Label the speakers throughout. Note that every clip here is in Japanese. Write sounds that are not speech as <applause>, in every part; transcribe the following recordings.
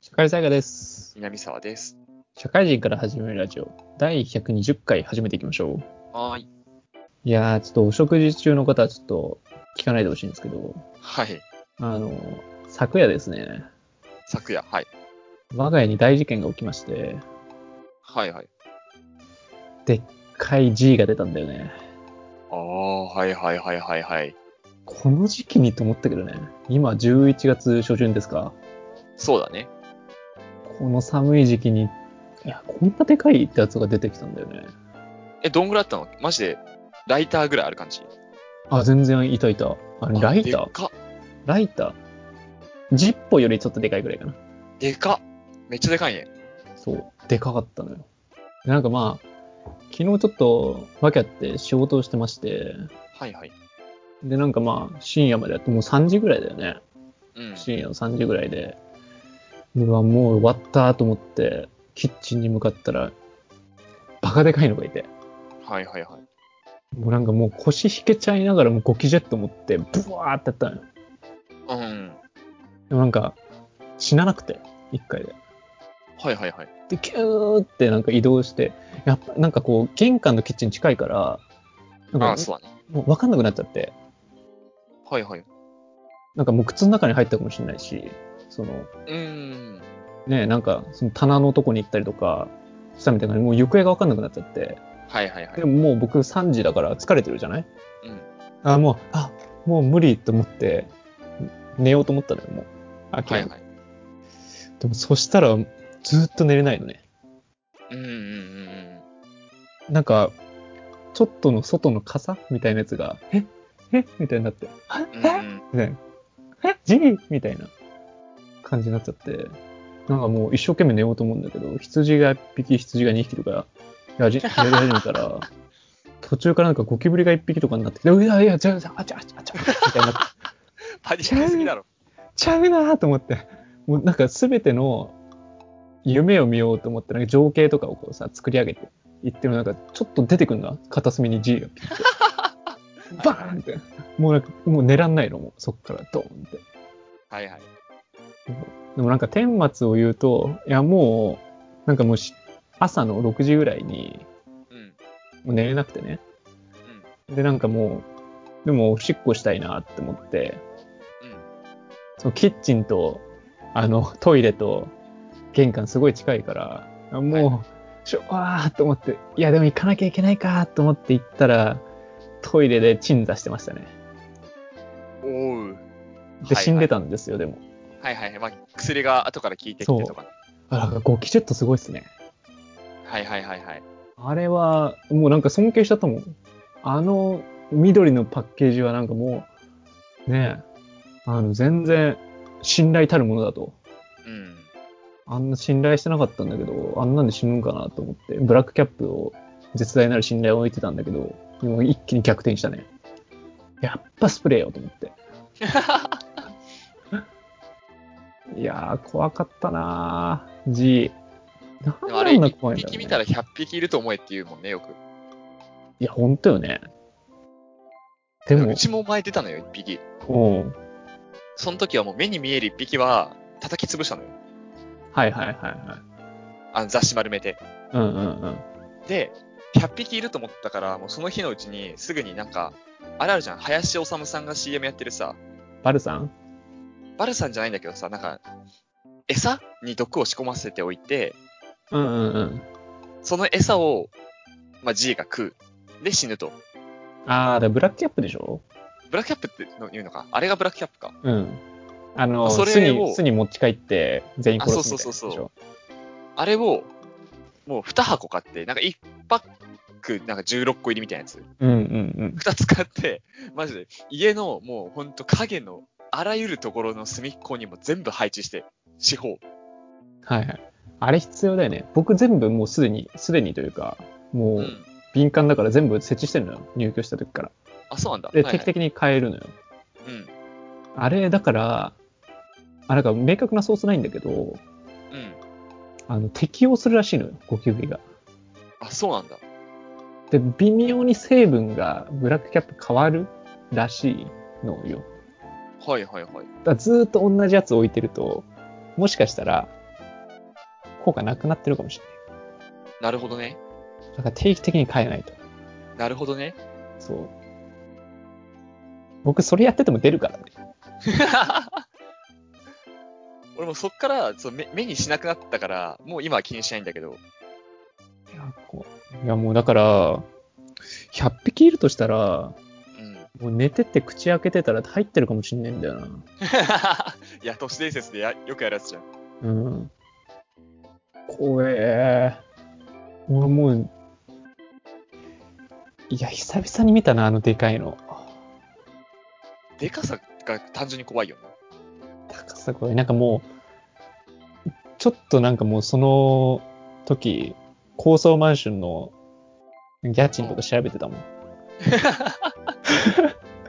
Speaker 1: 社会災害です。
Speaker 2: 南沢です。
Speaker 1: 社会人から始めるラジオ、第120回始めていきましょう。
Speaker 2: はーい。
Speaker 1: いやー、ちょっとお食事中の方はちょっと聞かないでほしいんですけど、
Speaker 2: はい。
Speaker 1: あの、昨夜ですね、
Speaker 2: 昨夜、はい。
Speaker 1: 我が家に大事件が起きまして、
Speaker 2: はいはい。
Speaker 1: でっかい G が出たんだよね。
Speaker 2: ああ、はいはいはいはいはい。
Speaker 1: この時期にと思ったけどね、今11月初旬ですか。
Speaker 2: そうだね。
Speaker 1: この寒い時期に、いや、こんなでかいってやつが出てきたんだよね。
Speaker 2: え、どんぐらいあったのマジで、ライターぐらいある感じ。
Speaker 1: あ、全然いたいた。あれ、ライタ
Speaker 2: あ
Speaker 1: ー
Speaker 2: でか
Speaker 1: ライタージッポよりちょっとでかいぐらいかな。
Speaker 2: でかめっちゃでかいね。
Speaker 1: そう。でかかったのよ。でなんかまあ、昨日ちょっと訳あって仕事をしてまして、
Speaker 2: はいはい。
Speaker 1: でなんかまあ、深夜までやって、もう3時ぐらいだよね。
Speaker 2: うん。
Speaker 1: 深夜の3時ぐらいで、うわ、もう終わったと思って、キッチンに向かったら、バカでかいのがいて、
Speaker 2: はいはいはい。
Speaker 1: もうなんかもう腰引けちゃいながらもうゴキジェット持って、ブワーってやったのよ。
Speaker 2: うん。
Speaker 1: でもなんか、死ななくて、1回で。
Speaker 2: はいはいはい。
Speaker 1: で、キューってなんか移動して、やっぱなんかこう、玄関のキッチン近いから、
Speaker 2: あ
Speaker 1: なん
Speaker 2: あ、
Speaker 1: か
Speaker 2: そうだね。
Speaker 1: もう分かんなくなっちゃって、
Speaker 2: はいはい。
Speaker 1: なんかもう靴の中に入ったかもしれないし、その、
Speaker 2: うーん。
Speaker 1: ね、なんかその棚のとこに行ったりとかしたみたいな、もう行方が分かんなくなっちゃって、
Speaker 2: はいはいはい
Speaker 1: で。ももう僕3時だから疲れてるじゃない
Speaker 2: うん。
Speaker 1: あ、もう、あ、もう無理と思って、寝ようと思ったのよ、もう。あ、
Speaker 2: はいはい。
Speaker 1: でもそしたら、ずーっと寝れないのね。
Speaker 2: うんうんうんうん。
Speaker 1: なんか、ちょっとの外の傘みたいなやつが、ええみたいになって、は
Speaker 2: う
Speaker 1: えみ
Speaker 2: んうん、
Speaker 1: たいな。えジーみたいな感じになっちゃって、なんかもう一生懸命寝ようと思うんだけど、羊が1匹、羊が2匹とかやじ、やり始めたら、途中からなんかゴキブリが1匹とかになってきて、うわ、いや、ちゃう、ちゃう、あちゃ、あちゃ、あちゃ、みたいになって、
Speaker 2: パニックすぎだろ。
Speaker 1: ちゃうなーと思って、もうなんか全ての夢を見ようと思って、なんか情景とかをこうさ、作り上げていっても、なんかちょっと出てくるんだ、片隅に G がピッて。バーンって。もうなんか、もう寝らんないの、もうそっからドーンって。
Speaker 2: はいはい。
Speaker 1: でもなんか顛末を言うと、いやもう、なんかもうし朝の6時ぐらいに、
Speaker 2: うん。
Speaker 1: もう寝れなくてね。で、なんかもう、でもおしっこしたいなって思って、
Speaker 2: うん。
Speaker 1: そのキッチンと、あの、トイレと、玄関すごい近いから、あもう、しょ、わーと思って、いや、でも行かなきゃいけないかと思って行ったら、トイレで鎮座してましたね。
Speaker 2: うん。おう。
Speaker 1: で、
Speaker 2: はい
Speaker 1: 死んでたんですよ、でも。
Speaker 2: はいはいはい。まあ、薬が後から効いてきてとかね。
Speaker 1: あ、なんかゴキジェットすごいっすね。
Speaker 2: はいはいはいはい。
Speaker 1: あれは、もうなんか尊敬しちゃったもん。あの、緑のパッケージはなんかもう、ねえ、あの、全然、信頼たるものだと。
Speaker 2: うん。
Speaker 1: あんな信頼してなかったんだけど、あんなんで死ぬんかなと思って、ブラックキャップを、絶大なる信頼を置いてたんだけど、もう一気に逆転したね。やっぱスプレーよと思っ
Speaker 2: <laughs>
Speaker 1: て。いやー、怖かったなー、G。なん
Speaker 2: で
Speaker 1: で
Speaker 2: もあ
Speaker 1: あ
Speaker 2: れ、
Speaker 1: んな
Speaker 2: 一
Speaker 1: 怖いんだろ
Speaker 2: 匹
Speaker 1: う、
Speaker 2: 見た
Speaker 1: ね。
Speaker 2: ら100匹いると思えって言うもんね、よく。
Speaker 1: いや、ほんとよね。でも
Speaker 2: う、ちも前出たのよ、一匹。
Speaker 1: うん。
Speaker 2: その時はもう目に見える一匹は、叩き潰したのよ。
Speaker 1: はいはいはいはい。
Speaker 2: あの雑誌丸めて。
Speaker 1: うんうんうん。
Speaker 2: で、100匹いると思ったから、もうその日のうちに、すぐになんか、あれあるじゃん、林修さんが CM やってるさ、
Speaker 1: バルさん
Speaker 2: バルさんじゃないんだけどさ、なんか、餌に毒を仕込ませておいて、
Speaker 1: うんうんうん。
Speaker 2: その餌を、まあ、G が食う。で、死ぬと。
Speaker 1: あー、でブラックキャップでしょ
Speaker 2: ブラックキャップっての言うのかあれがブラックキャップか。
Speaker 1: うん。あの、
Speaker 2: あそ
Speaker 1: 巣
Speaker 2: れを
Speaker 1: に、巣に持ち帰って、全員殺すみたいなやつでしょ。
Speaker 2: あそうそうそうそうあれを、もう2箱買って、なんか1パック、なんか16個入りみたいなやつ、
Speaker 1: うんうん
Speaker 2: 2つ買って、 <laughs> マジで、家のもうほんと影の、あらゆるところの隅っこにも全部配置して、四方。
Speaker 1: うん。はいはい。あれ必要だよね。僕全部もうすでに、すでにというか、も
Speaker 2: う。
Speaker 1: うん敏感だから全部設置してるのよ。入居した時から。
Speaker 2: あ、そうなんだ。
Speaker 1: で、
Speaker 2: はいはい
Speaker 1: 定期的に変えるのよ。
Speaker 2: うん。
Speaker 1: あれ、だから、あ、なんか明確なソースないんだけど、
Speaker 2: うん。
Speaker 1: あの、適応するらしいのよ、ゴキブリが。
Speaker 2: あ、そうなんだ。
Speaker 1: で、微妙に成分がブラックキャップ変わるらしいのよ。
Speaker 2: はいはいは
Speaker 1: だ
Speaker 2: い。
Speaker 1: からずーっと同じやつ置いてると、もしかしたら、効果なくなってるかもしれ
Speaker 2: なるほどね。
Speaker 1: ない。だから定期的に変えないと。
Speaker 2: なるほどね。 <laughs>
Speaker 1: そう。僕、それやってても出るからね。
Speaker 2: 俺もそっからそう目目にしなくなったから、もう今は気にしないんだけど。
Speaker 1: いや、こういやもうだから、100匹いるとしたら、
Speaker 2: うん。 <laughs>
Speaker 1: もう寝てて口開けてたら入ってるかもしんないんだよな。
Speaker 2: いや、都市伝説でやよくやるやつじゃん。
Speaker 1: うん。怖え。俺もう、いや、久々に見たな、あのでかいの。
Speaker 2: でかさが単純に怖いよな。
Speaker 1: 高さ怖い。なんかもう、ちょっとなんかもうその時、高層マンションの家賃とか調べてたもん。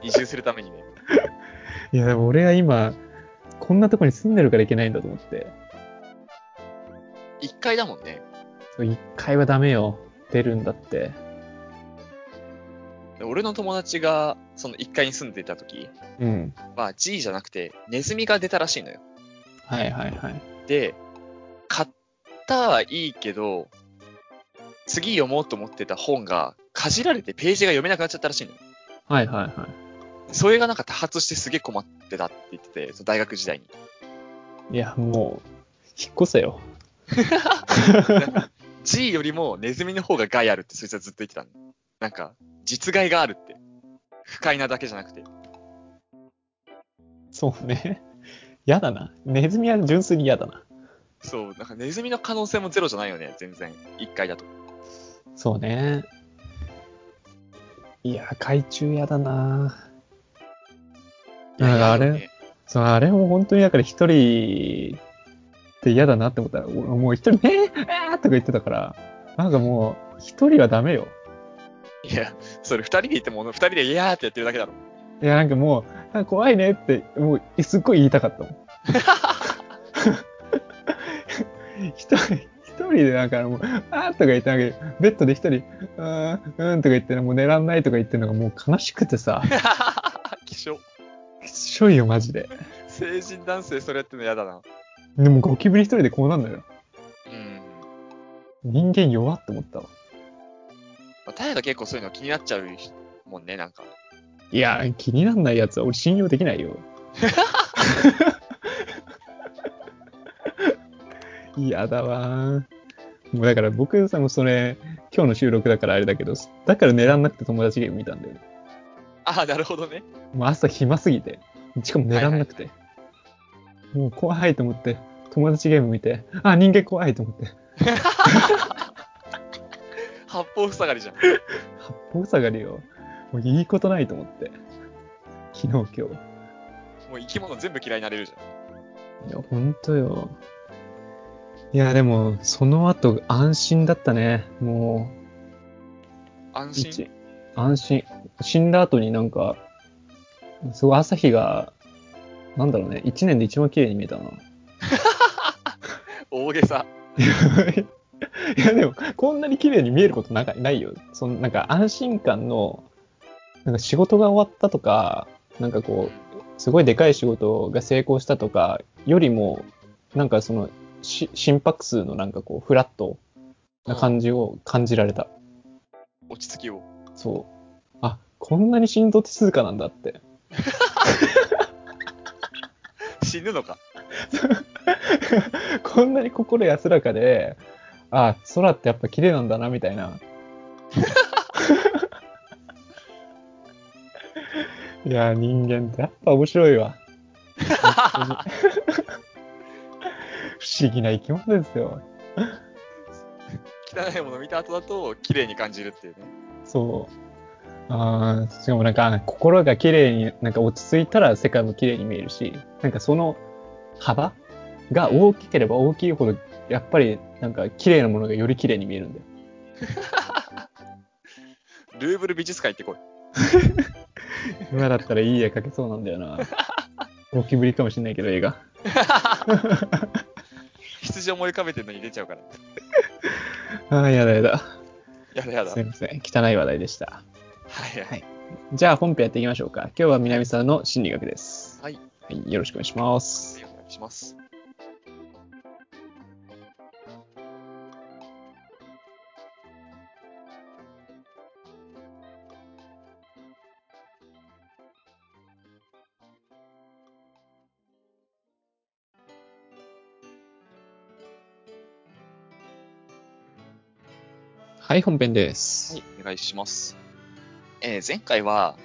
Speaker 2: 移住するためにね。
Speaker 1: いや、でも俺は今、こんなとこに住んでるからいけないんだと思って。
Speaker 2: 一回だもんね。
Speaker 1: そう一回はダメよ。出るんだって。
Speaker 2: で俺の友達が、その一階に住んでた時、
Speaker 1: うん。
Speaker 2: まあ G じゃなくて、ネズミが出たらしいのよ。
Speaker 1: はいはいはい。
Speaker 2: で、買ったはいいけど、次読もうと思ってた本が、かじられてページが読めなくなっちゃったらしいのよ。
Speaker 1: はいはいはい。
Speaker 2: それがなんか多発してすげえ困ってたって言ってて、その大学時代に。
Speaker 1: いや、もう、引っ越せよ。
Speaker 2: G よりもネズミの方が害あるってそいつはずっと言ってたの。なんか、実害があるって。不快なだけじゃなくて。
Speaker 1: そうね。嫌だな。ネズミは純粋に嫌だな。
Speaker 2: そう、なんかネズミの可能性もゼロじゃないよね、全然。一回だと。
Speaker 1: そうね。いや、海中嫌だな。
Speaker 2: いや
Speaker 1: なんかあれ
Speaker 2: いやいや
Speaker 1: そう、あれも本当にだから一人って嫌だなって思ったら、俺もう一人、 <laughs> えー、あーとか言ってたから、なんかもう、一人はダメよ。
Speaker 2: いや、それ二人でいても、二人でイヤーってやってるだけだろ。 <laughs>
Speaker 1: いや、なんかもう、あ怖いねって、もう、すっごい言いたかったもん。一人、一人でなんかもう、あーとか言ってなんか、ベッドで一人、うーん、うーんとか言って、もう寝らんないとか言ってるのがもう悲しくてさ、
Speaker 2: 気象。
Speaker 1: きっしょいよ、マジで。
Speaker 2: 成人男性それやってんの嫌だな。
Speaker 1: でもゴキブリ一人でこうなんのよ。
Speaker 2: うん。
Speaker 1: 人間弱って思ったわ。
Speaker 2: まあ、タヤが結構そういうの気になっちゃうもんね、なんか。
Speaker 1: いや、気になんないやつは俺信用できないよ。嫌だわー。もうだから僕さ、もうそれ、今日の収録だからあれだけど、だから寝らんなくて友達ゲーム見たんだよね。
Speaker 2: ああ、なるほどね。
Speaker 1: もう朝暇すぎて、しかも寝らんなくて。もう怖いと思って、友達ゲーム見て、あ、人間怖いと思って、
Speaker 2: 八方塞がりじゃん。
Speaker 1: 八方下がりよ。もういいことないと思って。昨日、今日。
Speaker 2: もう生き物全部嫌いになれるじゃん。
Speaker 1: いや、ほんとよ。いや、でも、その後、安心だったね。も
Speaker 2: 安
Speaker 1: う、
Speaker 2: 心
Speaker 1: 一。安心。死んだ後になんか、すごい朝日が、なんだろうね、一年で一番綺麗に見えたな。
Speaker 2: 大げさ。
Speaker 1: <laughs> いや、でも、こんなに綺麗に見えることなんかないよ。その、なんか安心感の、なんか仕事が終わったとか、なんかこう、すごいでかい仕事が成功したとかよりも、なんかそのし心拍数のなんかこう、フラットな感じを感じられた。
Speaker 2: 落ち着きを。
Speaker 1: そう。あ、こんなに心臓って静かなんだって。
Speaker 2: 死ぬのか。 <laughs>
Speaker 1: こんなに心安らかで、あ、空ってやっぱ綺麗なんだな、みたいな。 <laughs> いや、人間ってやっぱ面白い <laughs> わ。本当に不思議な生き物ですよ。
Speaker 2: 汚いもの見た後だと、綺麗に感じるっていうね。
Speaker 1: そう。あーしかもなんか心が綺麗になんか落ち着いたら世界も綺麗に見えるしなんかその幅が大きければ大きいほどやっぱりなんか綺麗なものがより綺麗に見えるんだよ
Speaker 2: ルーブル美術館行ってこい。
Speaker 1: 今だったらいい絵描けそうなんだよな <laughs> ゴキブリかもしんないけど映画 <laughs>
Speaker 2: 羊思い浮かべてるのに出ちゃうから。
Speaker 1: ああやだやだ
Speaker 2: やだやだ。は
Speaker 1: すい
Speaker 2: い
Speaker 1: ません汚い話題でした
Speaker 2: はい。
Speaker 1: じゃあ本編やっていきましょうか今日は南さんの心理学です
Speaker 2: はい、
Speaker 1: はい、よろしくお願いします
Speaker 2: お願いします。
Speaker 1: はい、本編です。
Speaker 2: はい、お願いします。えー前回は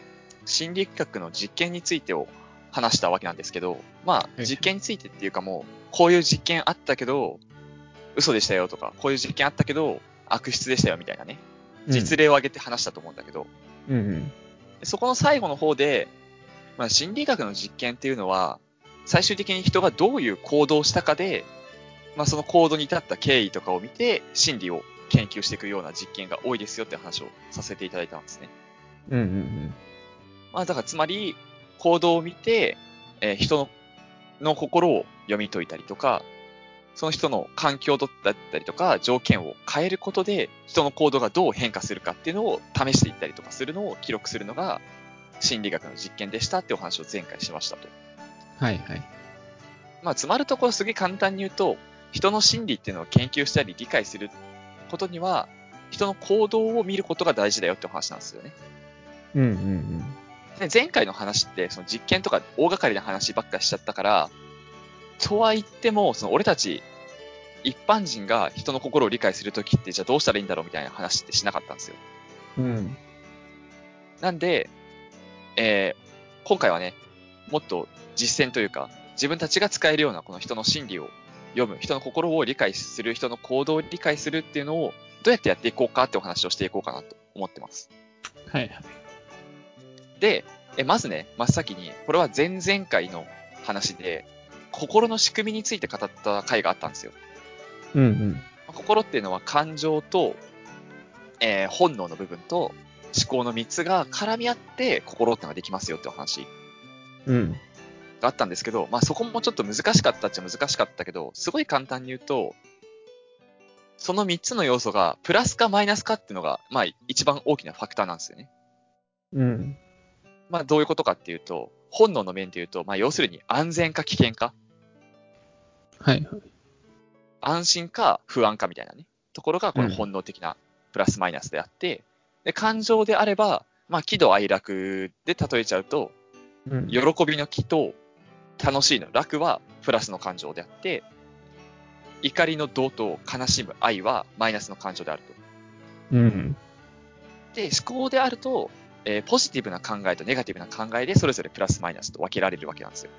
Speaker 2: 心理学の実験についてを話したわけなんですけど、まあ
Speaker 1: ええ
Speaker 2: 実験についてっていうかもう、こういう実験あったけど、嘘でしたよとか、こういう実験あったけど、悪質でしたよみたいなね、実
Speaker 1: 例。
Speaker 2: 例を挙げて話したと思うんだけど、
Speaker 1: うんうん。
Speaker 2: そこの最後の方で、まあ、心理学の実験っていうのは、最終的に人がどういう行動をしたかで、まあ、その行動に至った経緯とかを見て、心理を研究していくような実験が多いですよって話をさせていただいたんですね。
Speaker 1: うんうん
Speaker 2: まあ、だからつまり、行動を見て、えー人のの心を読み解いたりとか、その人の環境だったりとか、条件を変えることで、人の行動がどう変化するかっていうのを試していったりとかするのを記録するのが、心理学の実験でしたってお話を前回しましたと。
Speaker 1: うん。はいはい。
Speaker 2: まあ、つまるところすげえ簡単に言うと、人の心理っていうのを研究したり理解することには、人の行動を見ることが大事だよってお話なんですよね。
Speaker 1: うんうんうん。
Speaker 2: で前回の話って、その実験とか大掛かりな話ばっかりしちゃったから、とは言っても、その俺たち、一般人が人の心を理解するときって、じゃあどうしたらいいんだろうみたいな話ってしなかったんですよ。
Speaker 1: うん。
Speaker 2: なんで、えー今回はね、もっと実践というか、自分たちが使えるようなこの人の心理を読む、人の心を理解する、人の行動を理解するっていうのを、どうやってやっていこうかってお話をしていこうかなと思ってます。
Speaker 1: はいはい。
Speaker 2: で、えまずね、真っ先に、これは前々回の話で、心の仕組みについて語った回があったんですよ。
Speaker 1: うんうん。
Speaker 2: 心っていうのは感情と、えー本能の部分と思考の3つが絡み合って心ってのができますよってお話
Speaker 1: うん。
Speaker 2: があったんですけど、まあそこもちょっと難しかったっちゃ難しかったけど、すごい簡単に言うと、その3つの要素がプラスかマイナスかっていうのが、まあ一番大きなファクターなんですよね。
Speaker 1: うん。
Speaker 2: まあ、どういうことかっていうと、本能の面でいうと、まあ、要するに安全か危険か、
Speaker 1: はいはい。
Speaker 2: 安心か不安かみたいなね、ところがこ
Speaker 1: う
Speaker 2: の
Speaker 1: ん
Speaker 2: 本能的なプラスマイナスであって、で感情であれば、まあ、喜怒哀楽で例えちゃうと、
Speaker 1: うん
Speaker 2: 喜びの喜と楽しいの楽はプラスの感情であって、怒りの怒と悲しむ愛はマイナスの感情であると。
Speaker 1: うん。
Speaker 2: で、思考であると、えーポジティブな考えとネガティブな考えでそれぞれプラスマイナスと分けられるわけなんですよ。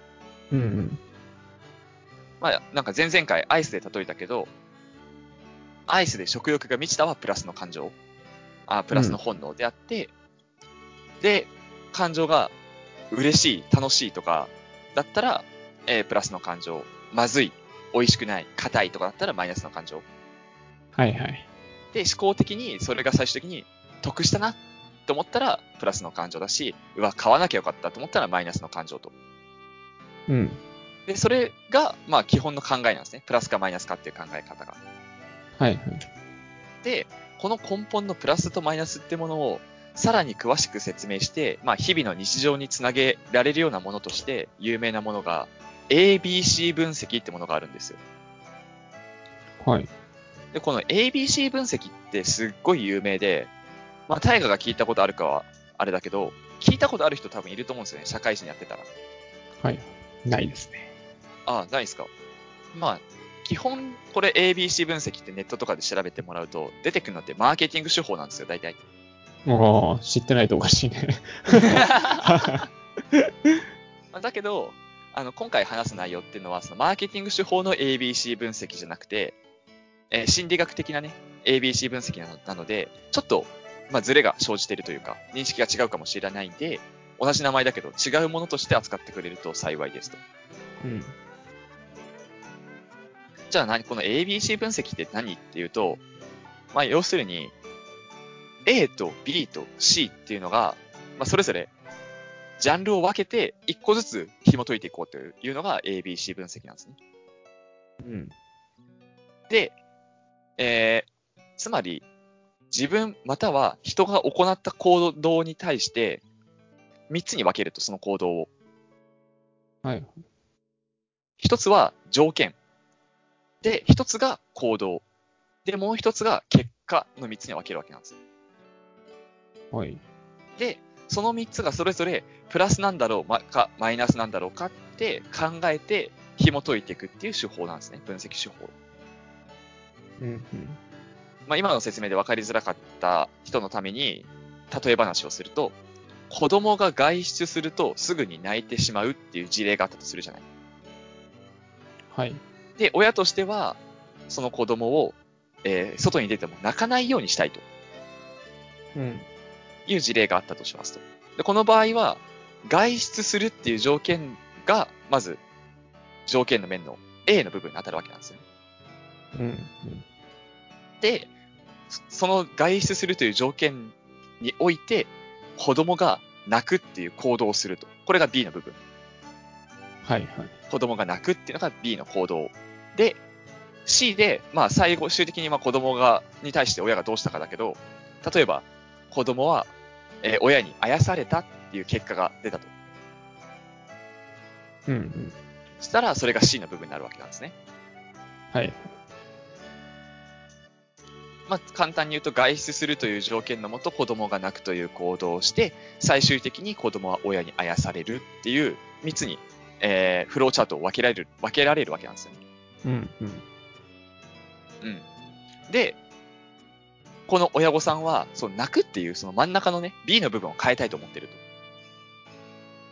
Speaker 1: うんうん。
Speaker 2: まあ、なんか前々回アイスで例えたけど、アイスで食欲が満ちたはプラスの感情。あプラスの本能であって、で、感情が嬉しい、楽しいとかだったら、えープラスの感情。まずい、美味しくない、硬いとかだったらマイナスの感情。
Speaker 1: はいはい。
Speaker 2: で、思考的にそれが最終的に得したなと思ったらプラスの感情だし、うわ、買わなきゃよかったと思ったらマイナスの感情と。
Speaker 1: うん。
Speaker 2: で、それが、まあ基本の考えなんですね。プラスかマイナスかっていう考え方が。
Speaker 1: はいはい。
Speaker 2: で、この根本のプラスとマイナスってものをさらに詳しく説明して、まあ、日々の日常につなげられるようなものとして有名なものが ABC 分析ってものがあるんですよ。
Speaker 1: はい。
Speaker 2: で、この ABC 分析ってすっごい有名で、まあ、大河が聞いたことあるかはあれだけど、聞いたことある人多分いると思うんですよね。社会人やってたら。
Speaker 1: はい。ないですね。
Speaker 2: あ、ないですか。まあ、基本これ ABC 分析ってネットとかで調べてもらうと出てくるのってマーケティング手法なんですよ、大体。
Speaker 1: ああ、知ってないとおかしい
Speaker 2: <laughs>
Speaker 1: ね。
Speaker 2: まあだけど、あの、今回話す内容っていうのは、そのマーケティング手法の ABC 分析じゃなくて、えー心理学的なね、ABC 分析なのなので、ちょっと、まあ、ズレが生じているというか、認識が違うかもしれないんで、同じ名前だけど違うものとして扱ってくれると幸いですと。
Speaker 1: うん。
Speaker 2: じゃあ何この ABC 分析って何っていうと、まあ要するに、A と B と C っていうのが、まあそれぞれジャンルを分けて一個ずつ紐解いていこうというのが ABC 分析なんですね。
Speaker 1: うん。
Speaker 2: で、えー、つまり自分または人が行った行動に対して3つに分けるとその行動を。
Speaker 1: はい。
Speaker 2: 一つは条件。で、一つが行動。で、もう一つが結果の三つに分けるわけなんです。
Speaker 1: はい。
Speaker 2: で、その三つがそれぞれプラスなんだろうまかマイナスなんだろうかって考えて紐解いていくっていう手法なんですね。分析手法。
Speaker 1: うんうん。
Speaker 2: まあ、今の説明で分かりづらかった人のために、例え話をすると、子供が外出するとすぐに泣いてしまうっていう事例があったとするじゃない。
Speaker 1: はい。
Speaker 2: で、親としては、その子供を、えー外に出ても泣かないようにしたいと
Speaker 1: うん。
Speaker 2: いう事例があったとしますと。でこの場合は、外出するっていう条件が、まず、条件の面の A の部分に当たるわけなんですよね。
Speaker 1: うん。
Speaker 2: で、そその外出するという条件において、子供が泣くっていう行動をすると。これが B の部分。
Speaker 1: はいはい。
Speaker 2: 子供が泣くっていうのが B の行動。で、C で、まあ最後、終的にまあ子供が、に対して親がどうしたかだけど、例えば、子供は、えー親にあやされたっていう結果が出たと。
Speaker 1: うんうん。
Speaker 2: したら、それが C の部分になるわけなんですね。
Speaker 1: はい。
Speaker 2: まあ、簡単に言うと外出するという条件のもと子供が泣くという行動をして最終的に子供は親にあやされるっていう3つに、えーフローチャートを分けられる分けられるわけなんですよね。
Speaker 1: うんうん。
Speaker 2: うん、でこの親御さんはその泣くっていうその真ん中のね B の部分を変えたいと思ってると。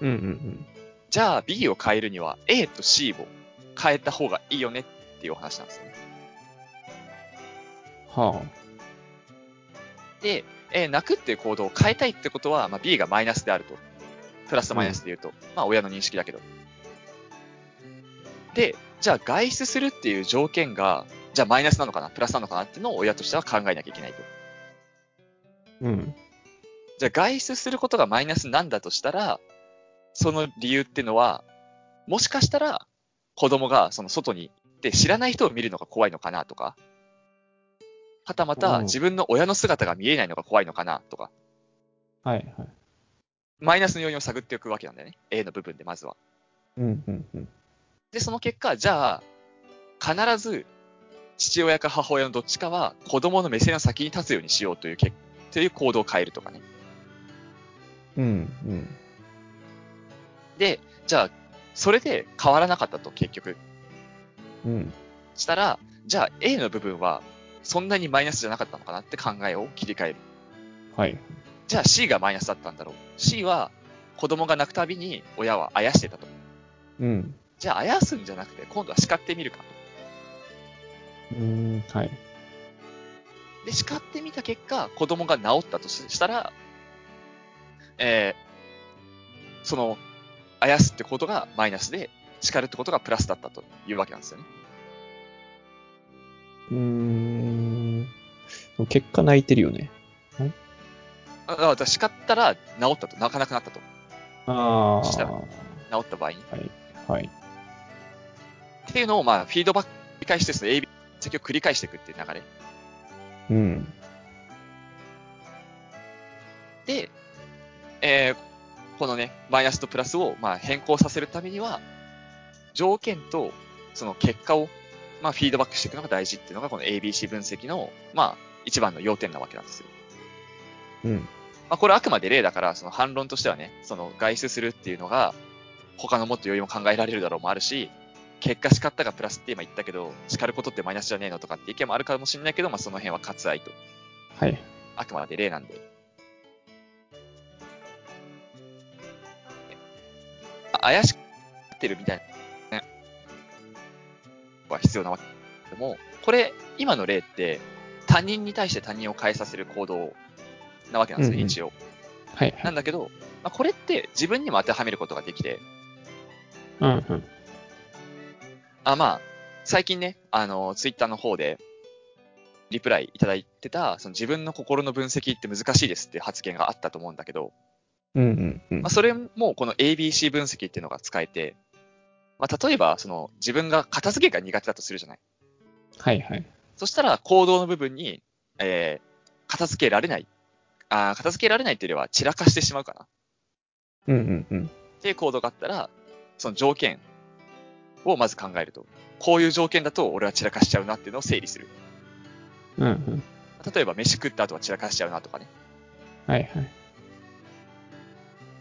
Speaker 1: うんうん
Speaker 2: じゃあ B を変えるには A と C を変えた方がいいよねっていうお話なんですよ
Speaker 1: う
Speaker 2: ね。
Speaker 1: ん。は
Speaker 2: で、えー泣くっていう行動を変えたいってことは、まあ、B がマイナスであると。プラスとマイナスで言うと、まあ親の認識だけど。で、じゃあ外出するっていう条件が、じゃあマイナスなのかな、プラスなのかなっていうのを親としては考えなきゃいけないと。
Speaker 1: あ。うん。
Speaker 2: じゃあ外出することがマイナスなんだとしたら、その理由っていうのは、もしかしたら子供がその外に行って知らない人を見るのが怖いのかなとか、はたま
Speaker 1: う
Speaker 2: た
Speaker 1: ん
Speaker 2: 自分の親の姿が見えないのが怖いのかなとか、
Speaker 1: はいはい。
Speaker 2: マイナスの要因を探っておくわけなんだよね。A の部分でまずは。
Speaker 1: うんうんうん。
Speaker 2: で、その結果、じゃあ、必ず父親か母親のどっちかは子供の目線の先に立つようにしようというけという行動を変えるとかね。
Speaker 1: うんうん。
Speaker 2: で、じゃあ、それで変わらなかったと結局
Speaker 1: うん。
Speaker 2: したら、じゃあ A の部分はそんなにマイナスじゃなかったのかなって考えを切り替える。
Speaker 1: はい。
Speaker 2: じゃあ C がマイナスだったんだろう。C は子供が泣くたびに親はあやしてたと。
Speaker 1: うん。
Speaker 2: じゃああやすんじゃなくて今度は叱ってみるかと。
Speaker 1: うん。はい。
Speaker 2: で、叱ってみた結果、子供が治ったとししたら、えーその、あやすってことがマイナスで、叱るってことがプラスだったというわけなんですよね。
Speaker 1: うーん。結果泣いてるよね。
Speaker 2: あだから叱ったら治ったと、泣かなくなったと、
Speaker 1: あ
Speaker 2: した
Speaker 1: あ。
Speaker 2: ら治った場合に。
Speaker 1: はい。
Speaker 2: っていうのを、まあ、フィードバック繰り返して、その AB 先を繰り返していくっていう流れ。
Speaker 1: うん。
Speaker 2: で、えーこのね、マイナスとプラスを、まあ、変更させるためには、条件とその結果を、まあ、フィードバックしていくのが大事っていうのが、この ABC 分析の、まあ、一番の要点なわけなんですよ。
Speaker 1: うん。
Speaker 2: まあ、これはあくまで例だから、その反論としてはね、その外出するっていうのが、他のもっと余裕も考えられるだろうもあるし、結果叱ったがプラスって今言ったけど、叱ることってマイナスじゃねえのとかって意見もあるかもしれないけど、まあ、その辺は割愛と。
Speaker 1: はい。
Speaker 2: あくまで例なんで。あ怪しくなってるみたいな、ね、は必要なわけでも、これ、今の例って、他人に対して他人を変えさせる行動なわけなんです
Speaker 1: う
Speaker 2: よ、
Speaker 1: んうん
Speaker 2: 一応。
Speaker 1: はい。
Speaker 2: なんだけど、まあ、これって自分にも当てはめることができて、
Speaker 1: うんうん。
Speaker 2: あ、まあ、最近ね、あの、ツイッターの方で、リプライいただいてた、その自分の心の分析って難しいですって発言があったと思うんだけど、
Speaker 1: うんうんうん
Speaker 2: まあ、。それもこの ABC 分析っていうのが使えて、まあ、例えばその自分が片付けが苦手だとするじゃない。
Speaker 1: はいはい。
Speaker 2: そしたら行動の部分に、えー片付けられない。あー片付けられないっていうよりは散らかしてしまうかな。
Speaker 1: うんうんうん。
Speaker 2: っていう行動があったら、その条件をまず考えると。こういう条件だと俺は散らかしちゃうなっていうのを整理する。
Speaker 1: うんうん。
Speaker 2: 例えば飯食った後は散らかしちゃうなとかね。
Speaker 1: はいはい。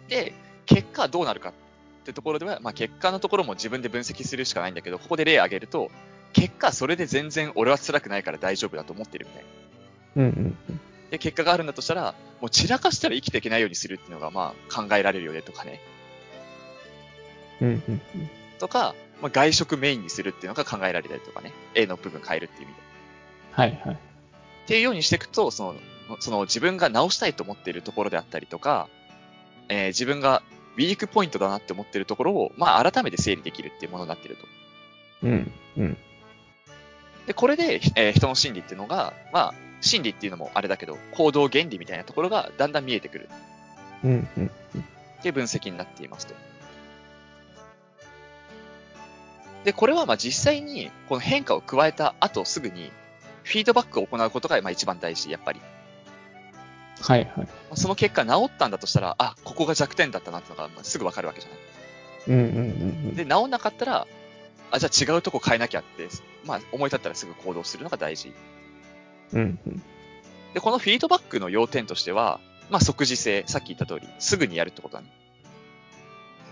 Speaker 2: で、結果はどうなるかってところでは、まあ、結果のところも自分で分析するしかないんだけど、ここで例を挙げると、結果それで全然俺は辛くないから大丈夫だと思ってるみたいな。
Speaker 1: うんうん。
Speaker 2: で、結果があるんだとしたら、もう散らかしたら生きていけないようにするっていうのが、まあ、考えられるよねとかね。
Speaker 1: うんうん
Speaker 2: とか、まあ、外食メインにするっていうのが考えられたりとかね。A の部分変えるっていう意味で。
Speaker 1: はいはい。
Speaker 2: っていうようにしていくと、その、その自分が直したいと思っているところであったりとか、えー自分がウィークポイントだなって思ってるところを、まあ、改めて整理できるっていうものになってると。
Speaker 1: うんうん。
Speaker 2: で、これで、えー人の心理っていうのが、まあ、心理っていうのもあれだけど、行動原理みたいなところがだんだん見えてくる
Speaker 1: うんうん。
Speaker 2: っていう分析になっていますと。で、これはまあ実際にこの変化を加えた後すぐに、フィードバックを行うことがまあ一番大事、やっぱり。
Speaker 1: はいはい。
Speaker 2: まあその結果治ったんだとしたら、あ、ここが弱点だったなってのがまあすぐわかるわけじゃない。
Speaker 1: うんうんうん
Speaker 2: で、治んなかったら、あ、じゃあ違うとこ変えなきゃって、まあ思い立ったらすぐ行動するのが大事。
Speaker 1: うん。うんうん。
Speaker 2: で、このフィードバックの要点としては、まあ即時性、さっき言った通り、すぐにやるってことだね。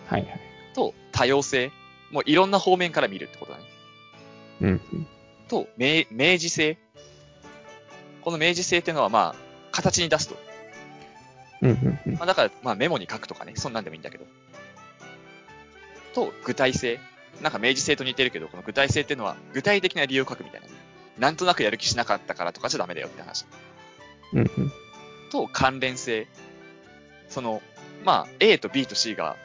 Speaker 1: はいはい。
Speaker 2: と、多様性、もういろんな方面から見るってことだね。
Speaker 1: うん
Speaker 2: と、明明示性。この明示性っていうのは、まあ、形に出すと。
Speaker 1: うん。うんうん
Speaker 2: まあ、だから、まあ、メモに書くとかね、そんなんでもいいんだけど。と、具体性。なんか明示性と似てるけど、この具体性っていうのは、具体的な理由を書くみたいな。なんとなくやる気しなかったからとかじゃダメだよって話。
Speaker 1: うん。うんうん。
Speaker 2: と、関連性。その、まあ、A と B と C が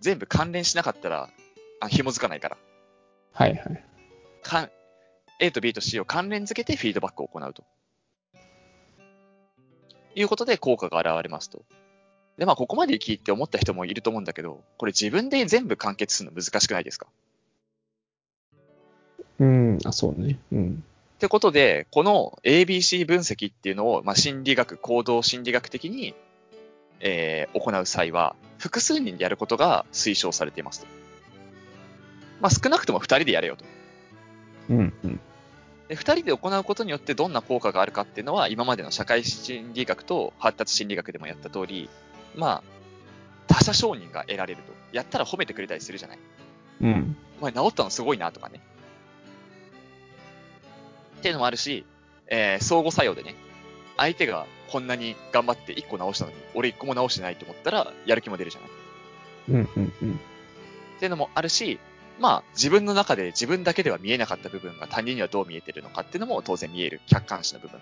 Speaker 2: 全部関連しなかったら、あ紐づかないから。
Speaker 1: はいはい。
Speaker 2: かん A と B と C を関連付けてフィードバックを行うと。いうことで効果が現れますと。で、まあ、ここまで聞いて思った人もいると思うんだけど、これ自分で全部完結するの難しくないですか
Speaker 1: うん。あ、そうね。うん。
Speaker 2: ってことで、この ABC 分析っていうのを、まあ、心理学、行動心理学的に、えー行う際は、複数人でやることが推奨されていますと。まあ、少なくとも2人でやれよと。
Speaker 1: うんうん。
Speaker 2: で2人で行うことによってどんな効果があるかっていうのは今までの社会心理学と発達心理学でもやった通りまあ他者承認が得られるとやったら褒めてくれたりするじゃない
Speaker 1: うん。
Speaker 2: お前治ったのすごいなとかねっていうのもあるし、えー相互作用でね相手がこんなに頑張って1個直したのに俺1個も直してないと思ったらやる気も出るじゃない
Speaker 1: うんうんうん。
Speaker 2: っていうのもあるしまあ自分の中で自分だけでは見えなかった部分が他人にはどう見えてるのかっていうのも当然見える客観視の部分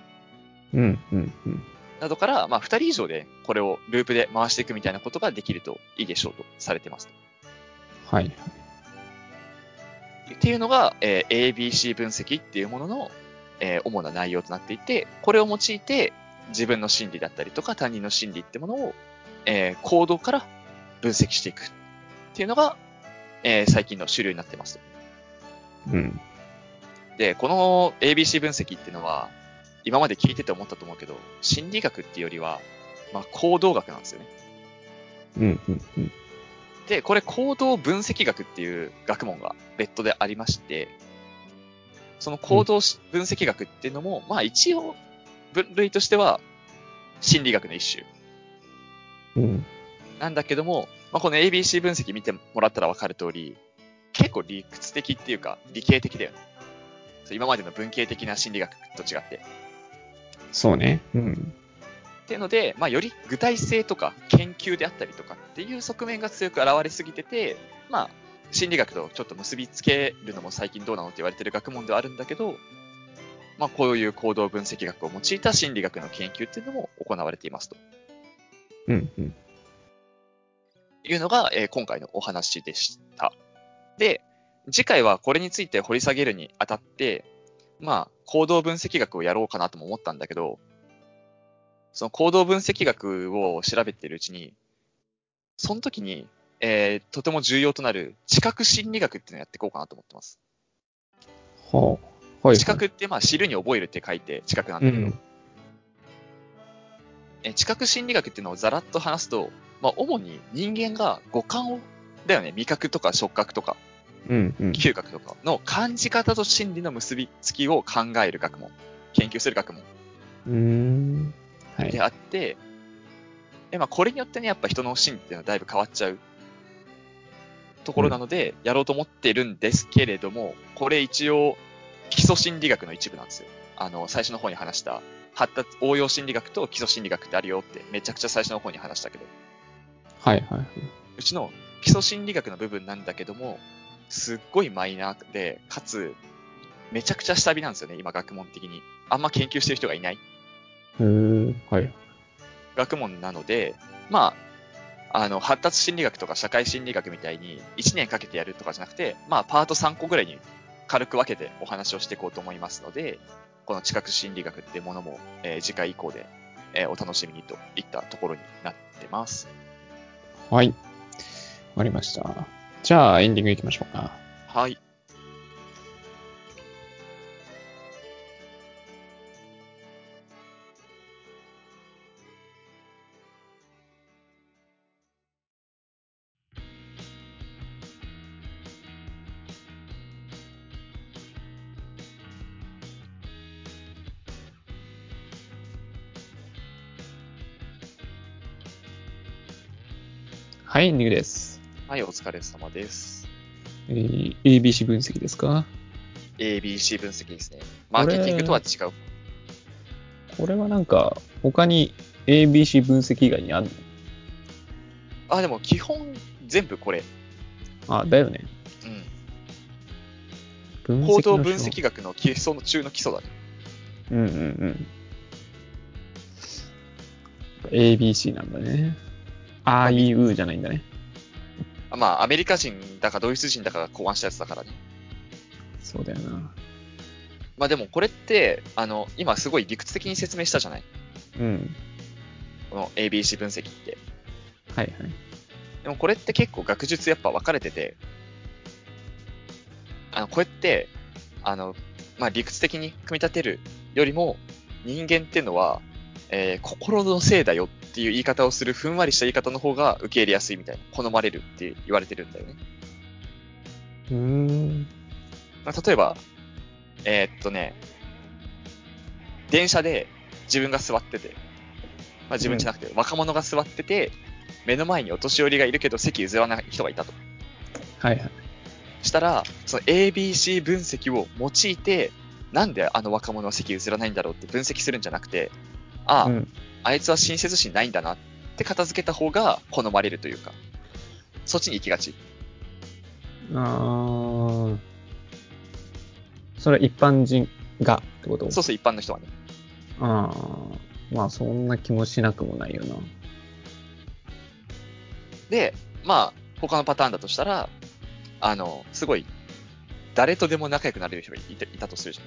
Speaker 1: うんうんうん。
Speaker 2: などから、まあ、2人以上でこれをループで回していくみたいなことができるといいでしょうとされてます。
Speaker 1: はいはい。
Speaker 2: っていうのが、えー ABC 分析っていうものの、えー主な内容となっていて、これを用いて自分の心理だったりとか他人の心理ってものを、えー行動から分析していくっていうのが、えー最近の主流になってます。
Speaker 1: うん。
Speaker 2: で、この ABC 分析っていうのは、今まで聞いてて思ったと思うけど、心理学っていうよりは、まあ、行動学なんですよね。
Speaker 1: うんうんうん。
Speaker 2: で、これ行動分析学っていう学問が別途でありまして、その行動し分析学っていうのも、まあ一応分類としては心理学の一種
Speaker 1: うん。
Speaker 2: なんだけども、まあ、この ABC 分析見てもらったらわかる通り、結構理屈的っていうか理系的だよね。そう今までの文系的な心理学と違って。
Speaker 1: そうね。うん。
Speaker 2: っていうので、まあ、より具体性とか研究であったりとかっていう側面が強く現れすぎてて、まあ、心理学とちょっと結びつけるのも最近どうなのって言われてる学問ではあるんだけど、まあ、こういう行動分析学を用いた心理学の研究っていうのも行われていますと
Speaker 1: うんうん。
Speaker 2: いうのが、えー今回のお話でした。で、次回はこれについて掘り下げるにあたって、まあ、行動分析学をやろうかなとも思ったんだけど、その行動分析学を調べているうちに、その時に、えーとても重要となる知覚心理学っていうのをやっていこうかなと思ってます。
Speaker 1: ほう。はい。
Speaker 2: 知覚って、まあ、知るに覚えるって書いて知覚なん
Speaker 1: う
Speaker 2: だけど、
Speaker 1: ん。
Speaker 2: えー知覚心理学っていうのをざらっと話すと、まあ、主に人間が五感を、だよね、味覚とか触覚とか、
Speaker 1: うんうん。
Speaker 2: 嗅覚とかの感じ方と心理の結びつきを考える学問、研究する学問
Speaker 1: うーん。はい。
Speaker 2: であって、えまあ、これによってね、やっぱ人の心理っていうのはだいぶ変わっちゃうところなので、やろうと思ってるんですけれども、これ一応、基礎心理学の一部なんですよ。あの、最初の方に話した、発達、応用心理学と基礎心理学ってあるよって、めちゃくちゃ最初の方に話したけど、
Speaker 1: はいはいはい。
Speaker 2: うちの基礎心理学の部分なんだけども、すっごいマイナーで、かつ、めちゃくちゃ下火なんですよね、今学問的に。あんま研究してる人がいない
Speaker 1: へーはい。
Speaker 2: 学問なので、まあ、あの、発達心理学とか社会心理学みたいに1年かけてやるとかじゃなくて、まあ、パート3個ぐらいに軽く分けてお話をしていこうと思いますので、この知覚心理学ってものも、えー次回以降で、えーお楽しみにといったところになってます。
Speaker 1: はい。わかりました。じゃあ、エンディングいきましょうか。
Speaker 2: はい。
Speaker 1: はい、エンディングです。
Speaker 2: はい、お疲れ様です。
Speaker 1: えー ABC 分析ですか
Speaker 2: ABC 分析ですね。マーケティングとは違う。
Speaker 1: これはなんか、他に ABC 分析以外にある
Speaker 2: あ、でも基本全部これ。
Speaker 1: のあ、だよね。
Speaker 2: うん。
Speaker 1: 分
Speaker 2: 行動
Speaker 1: の
Speaker 2: 分
Speaker 1: 基
Speaker 2: 析学の基礎の中の基礎だね。
Speaker 1: 本。うんうんうん。ABC なんだね。あいうじゃないんだね。
Speaker 2: あまあ、アメリカ人だかドイツ人だかが考案したやつだからね。
Speaker 1: そうだよな。
Speaker 2: まあでもこれって、あの、今すごい理屈的に説明したじゃない
Speaker 1: うん。
Speaker 2: この ABC 分析って。
Speaker 1: はいはい。
Speaker 2: でもこれって結構学術やっぱ分かれてて、あの、これって、あの、まあ理屈的に組み立てるよりも、人間ってのは、えー心のせいだよっていう言い方をするふんわりした言い方の方が受け入れやすいみたいな、好まれるって言われてるんだよね。
Speaker 1: うーん。
Speaker 2: まあ例えば、えーっとね、電車で自分が座ってて、まあ、自分じゃなくて若者が座ってて、目の前にお年寄りがいるけど席譲らない人がいたと。
Speaker 1: はいはい。
Speaker 2: したら、その ABC 分析を用いて、なんであの若者は席譲らないんだろうって分析するんじゃなくて、ああ、
Speaker 1: うん。
Speaker 2: あいつは親切心ないんだなって片付けた方が好まれるというか、そっちに行きがち。
Speaker 1: ああ。それは一般人がってこと
Speaker 2: そうそう、一般の人はね。
Speaker 1: ああ。まあ、そんな気もしなくもないよな。
Speaker 2: で、まあ、他のパターンだとしたら、あの、すごい、誰とでも仲良くなれる人がいたいたとするじ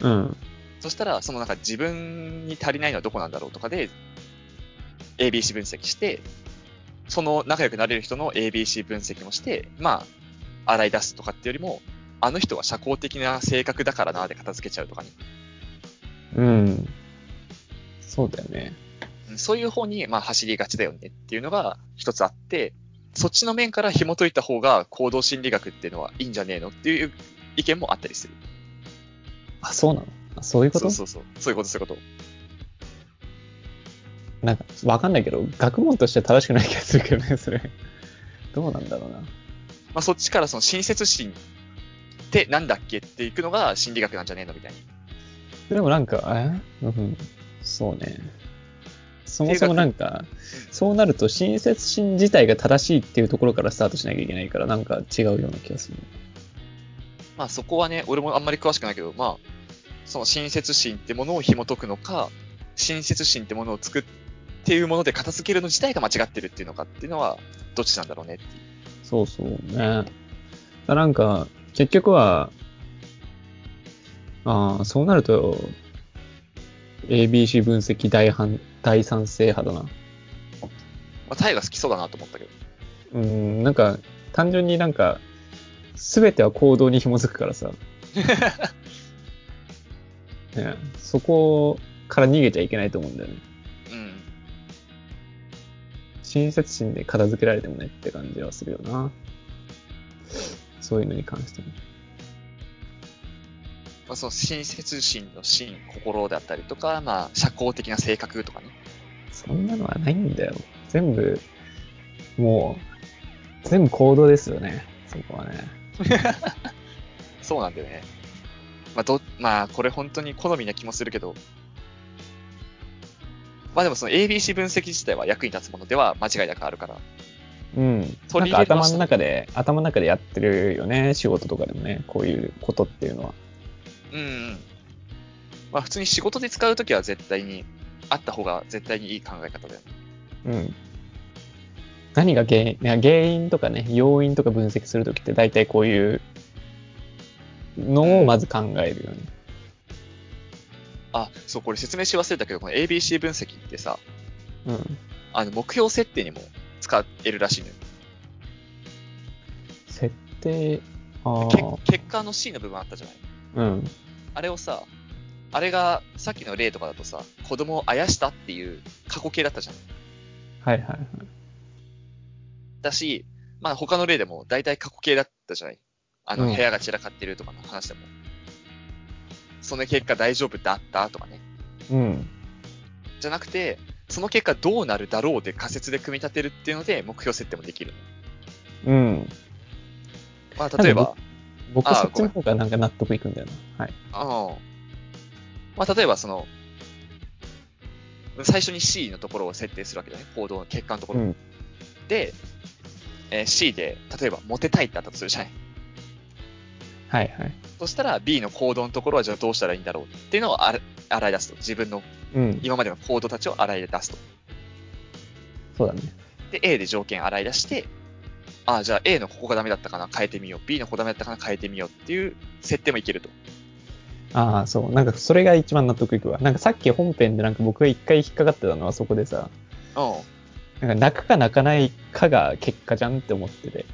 Speaker 2: ゃん。
Speaker 1: うん。
Speaker 2: そしたら、そのなんか自分に足りないのはどこなんだろうとかで、ABC 分析して、その仲良くなれる人の ABC 分析もして、まあ、洗い出すとかってよりも、あの人は社交的な性格だからなで片付けちゃうとかね。
Speaker 1: うん。そうだよね。
Speaker 2: うんそういう方に、まあ、走りがちだよねっていうのが一つあって、そっちの面から紐解いた方が行動心理学っていうのはいいんじゃねえのっていう意見もあったりする。
Speaker 1: あ、そうなのあそういうこ
Speaker 2: そ
Speaker 1: と
Speaker 2: うそうそう。そういうこと、そういうこと。
Speaker 1: なんか、わかんないけど、学問として正しくない気がするけどね、 <laughs> それ。どうなんだろうな。
Speaker 2: まあ、そっちからその親切心ってなんだっけっていくのが心理学なんじゃねえのみたいな。
Speaker 1: でもなんか、えうん。そうね。そもそもなんか、そうなると親切心自体が正しいっていうところからスタートしなきゃいけないから、なんか違うような気がする。
Speaker 2: まあ、そこはね、俺もあんまり詳しくないけど、まあ、その親切心ってものを紐解くのか、親切心ってものを作っていうもので片付けるの自体が間違ってるっていうのかっていうのは、どっちなんだろうねっていう。
Speaker 1: そうそうね。だなんか、結局は、ああ、そうなると、ABC 分析大反第三性派だな。
Speaker 2: まあ、タイが好きそうだなと思ったけど。
Speaker 1: うん、なんか、単純になんか、すべては行動に紐づくからさ。ね、そこから逃げちゃいけないと思うんだよね。
Speaker 2: うん。
Speaker 1: 親切心で片付けられてもねって感じはするよな。そういうのに関しても。
Speaker 2: まあ、その親切心の心、心だったりとか、まあ、社交的な性格とかね。
Speaker 1: そんなのはないんだよ。全部、もう、全部行動ですよね。そこはね。
Speaker 2: そうなんだよね。まあ、ど、まあ、これ本当に好みな気もするけど、まあでもその ABC 分析自体は役に立つものでは間違いなくあるから、
Speaker 1: うん。な
Speaker 2: 取
Speaker 1: ん
Speaker 2: り
Speaker 1: か
Speaker 2: 入れま
Speaker 1: 頭
Speaker 2: した
Speaker 1: の中で、頭の中でやってるよね、仕事とかでもね、こういうことっていうのは。
Speaker 2: うんうん。まあ普通に仕事で使うときは絶対に、あった方が絶対にいい考え方だよ。
Speaker 1: うん。何が原因、いや原因とかね、要因とか分析するときって大体こういうのをまず考えるよね。
Speaker 2: あ、そう、これ説明し忘れたけど、この ABC 分析ってさ、
Speaker 1: うん。
Speaker 2: あの、目標設定にも使えるらしいのよ。
Speaker 1: 設定、あ
Speaker 2: け
Speaker 1: あ、
Speaker 2: 結果の C の部分あったじゃない
Speaker 1: うん。
Speaker 2: あれをさ、あれがさっきの例とかだとさ、子供をあやしたっていう過去形だったじゃん。
Speaker 1: はいはいはい。
Speaker 2: だし、まあ他の例でも大体過去形だったじゃないあ
Speaker 1: う
Speaker 2: の
Speaker 1: ん
Speaker 2: 部屋が散らかってるとかの話でも。その結果大丈夫だったとかね。
Speaker 1: うん。
Speaker 2: じゃなくて、その結果どうなるだろうで仮説で組み立てるっていうので目標設定もできる。
Speaker 1: うん。
Speaker 2: まあ例えば、
Speaker 1: 僕
Speaker 2: あー
Speaker 1: そっちの方がなんか納得いくんだよな。はい。
Speaker 2: うん。まあ例えばその、最初に C のところを設定するわけだね。行動の結果のところ。
Speaker 1: うん
Speaker 2: で、えー C で、例えばモテたいってあったとするじゃない
Speaker 1: はいはい。
Speaker 2: そしたら B の行動のところはじゃあどうしたらいいんだろうっていうのをあら洗い出すと。自分の
Speaker 1: うん。
Speaker 2: 今までの行動たちを洗い出すと。
Speaker 1: そうだね。
Speaker 2: で、A で条件洗い出して、ああ、じゃあ A のここがダメだったかな、変えてみよう。B のここダメだったかな、変えてみようっていう設定もいけると。
Speaker 1: ああ、そう。なんかそれが一番納得いくわ。なんかさっき本編でなんか僕が一回引っかかってたのはそこでさ、
Speaker 2: うん。
Speaker 1: なんか泣くか泣かないかが結果じゃんって思ってて。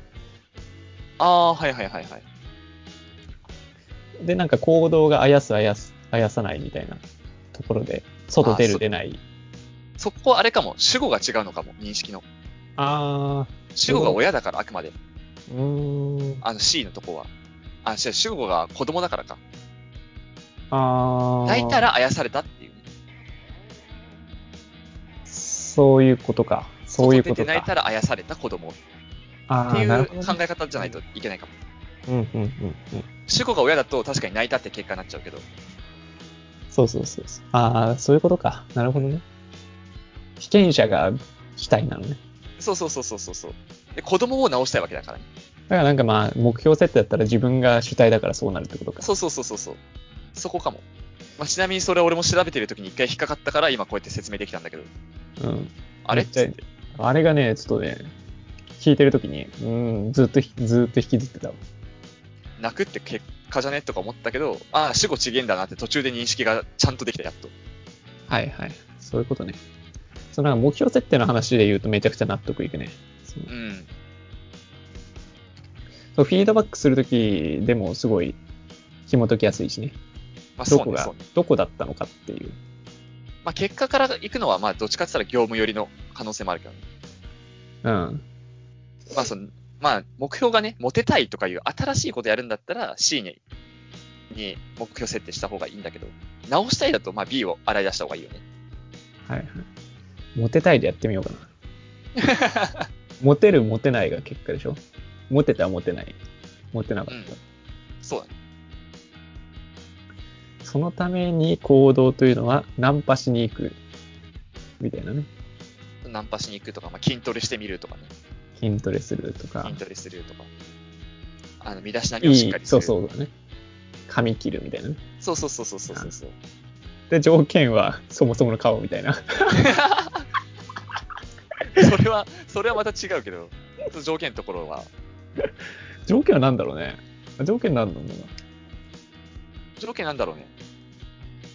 Speaker 2: ああ、はいはいはいはい。
Speaker 1: で、なんか行動があやすあやす、あやさないみたいなところで、外出
Speaker 2: あそ
Speaker 1: る出ない。
Speaker 2: そこはあれかも。主語が違うのかも、認識の。
Speaker 1: あ
Speaker 2: 主語が親だから、あくまで。
Speaker 1: ー、うーん。
Speaker 2: あの C のとこは。あ、違う、主語が子供だからか。
Speaker 1: あー。
Speaker 2: 泣いたらあやされたっていう。
Speaker 1: そういうことか。そういうこ
Speaker 2: 外出
Speaker 1: と
Speaker 2: て泣い
Speaker 1: か。
Speaker 2: たらあやされた子供って
Speaker 1: あ
Speaker 2: い
Speaker 1: ー、な
Speaker 2: う
Speaker 1: る
Speaker 2: 考
Speaker 1: ほどね。
Speaker 2: え方じゃないといけないかも。
Speaker 1: うんうんうんうん。
Speaker 2: 主語が親だと確かに泣いたって結果になっちゃうけど、
Speaker 1: そうそうそうそう。あー、そういうことか。なるほどね。被験者が主体なのね。
Speaker 2: そうそうそうそうそうそう。で、子供を直したいわけだからね。
Speaker 1: だからなんかまあ、目標設定だったら自分が主体だからそうなるってことか。
Speaker 2: そうそうそうそうそう。そこかも。まあ、ちなみにそれ俺も調べてる時に一回引っかかったから今こうやって説明できたんだけど、
Speaker 1: うん。
Speaker 2: あれっ
Speaker 1: めっちゃ
Speaker 2: つって
Speaker 1: あれがね、ちょっとね、聞いてるときに、うん、ずっとひ、ずっと引きずってたわ。
Speaker 2: 泣くって結果じゃねとか思ったけど、ああ、主語ちげえんだなって途中で認識がちゃんとできた、やっと。
Speaker 1: はいはい。そういうことね。そのなんか目標設定の話で言うとめちゃくちゃ納得いくね。その
Speaker 2: うん。
Speaker 1: そうフィードバックするときでもすごい紐解きやすいしね。
Speaker 2: まあ
Speaker 1: ど
Speaker 2: そう
Speaker 1: こ
Speaker 2: ね、
Speaker 1: が、
Speaker 2: そうね。
Speaker 1: どこだったのかっていう。
Speaker 2: まあ結果から行くのは、まあどっちかって言ったら業務寄りの可能性もあるけどね。
Speaker 1: うん。
Speaker 2: まあその、まあ目標がね、モテたいとかいう新しいことやるんだったら C に、に目標設定した方がいいんだけど、直したいだとまあ B を洗い出した方がいいよね。
Speaker 1: はいはい。モテたいでやってみようかな。モテるモテないが結果でしょモテたモテない。モテなかった。
Speaker 2: う <laughs> そうだね。
Speaker 1: そのために行動というのはナンパしに行く。みたいなね。
Speaker 2: ナンパしに行くとか、まあ、筋トレしてみるとかね。
Speaker 1: 筋トレするとか
Speaker 2: 筋。トレするとか。あの、身だしなみ
Speaker 1: い
Speaker 2: をしっ
Speaker 1: い
Speaker 2: かり、す
Speaker 1: そ
Speaker 2: る。
Speaker 1: うそうだね。髪切るみたいなね。
Speaker 2: そうそうそうそうそうそうそう。 <laughs>
Speaker 1: で、条件はそもそもの顔みたいな。 <laughs>
Speaker 2: それは、それはまた違うけど、その条件のところは、
Speaker 1: 条件は何だろうね。条件何なんだろ
Speaker 2: 条件なんだろうね。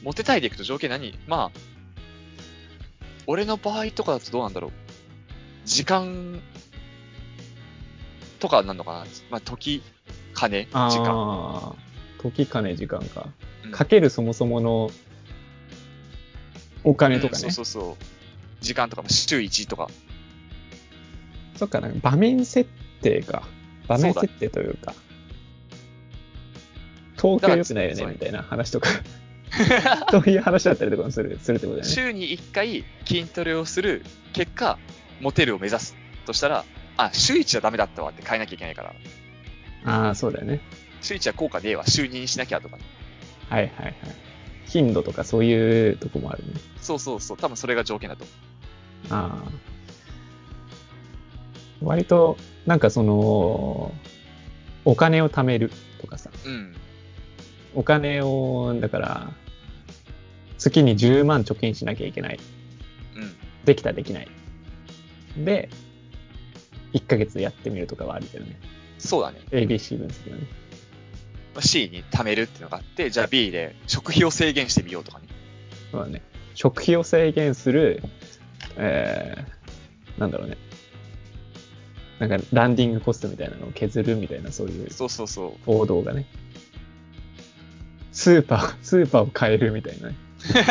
Speaker 2: モテたいでいくと条件何まあ、俺の場合とかだとどうなんだろう。時間とかなんのかなまあ、時、金、時
Speaker 1: うな。
Speaker 2: 間。
Speaker 1: あー時金時間か
Speaker 2: うん。
Speaker 1: かけるそもそものお金とか
Speaker 2: うん
Speaker 1: ね。
Speaker 2: そうそうそう。時間とか、まあ週1とか。
Speaker 1: そっか、なんか場面設定か。場面
Speaker 2: そうだ
Speaker 1: 設定というか。東京良くないよね、みたいな話とか。そういう話だったりとかもするするってことだよね。
Speaker 2: 週に1回筋トレをする結果、モテるを目指すとしたら、あ、週1じゃダメだったわって変えなきゃいけないから、
Speaker 1: ああ、そうだよね。
Speaker 2: 週1は効果ねえわ、週2にしなきゃとか、
Speaker 1: はいはいはい。頻度とかそういうとこもあるね。
Speaker 2: そうそうそう、多分それが条件だと思う。
Speaker 1: ああ。割と、なんかその、お金を貯めるとかさ、
Speaker 2: うん。
Speaker 1: お金を、だから、月に10万貯金しなきゃいけない。
Speaker 2: うん。
Speaker 1: できた、できない。で、1ヶ月やってみるとかはあるけどね。
Speaker 2: そうだね。
Speaker 1: ABC 分析のね。
Speaker 2: まあ C に貯めるっていうのがあって、じゃあ B で食費を制限してみようとかね。
Speaker 1: そうだね。食費を制限する、えー、なんだろうね。なんか、ランディングコストみたいなのを削るみたいな、そういう
Speaker 2: そうそ
Speaker 1: <laughs>
Speaker 2: うそう。
Speaker 1: 行動がね。スーパー、 <laughs> スーパーを変えるみたいなね。
Speaker 2: スー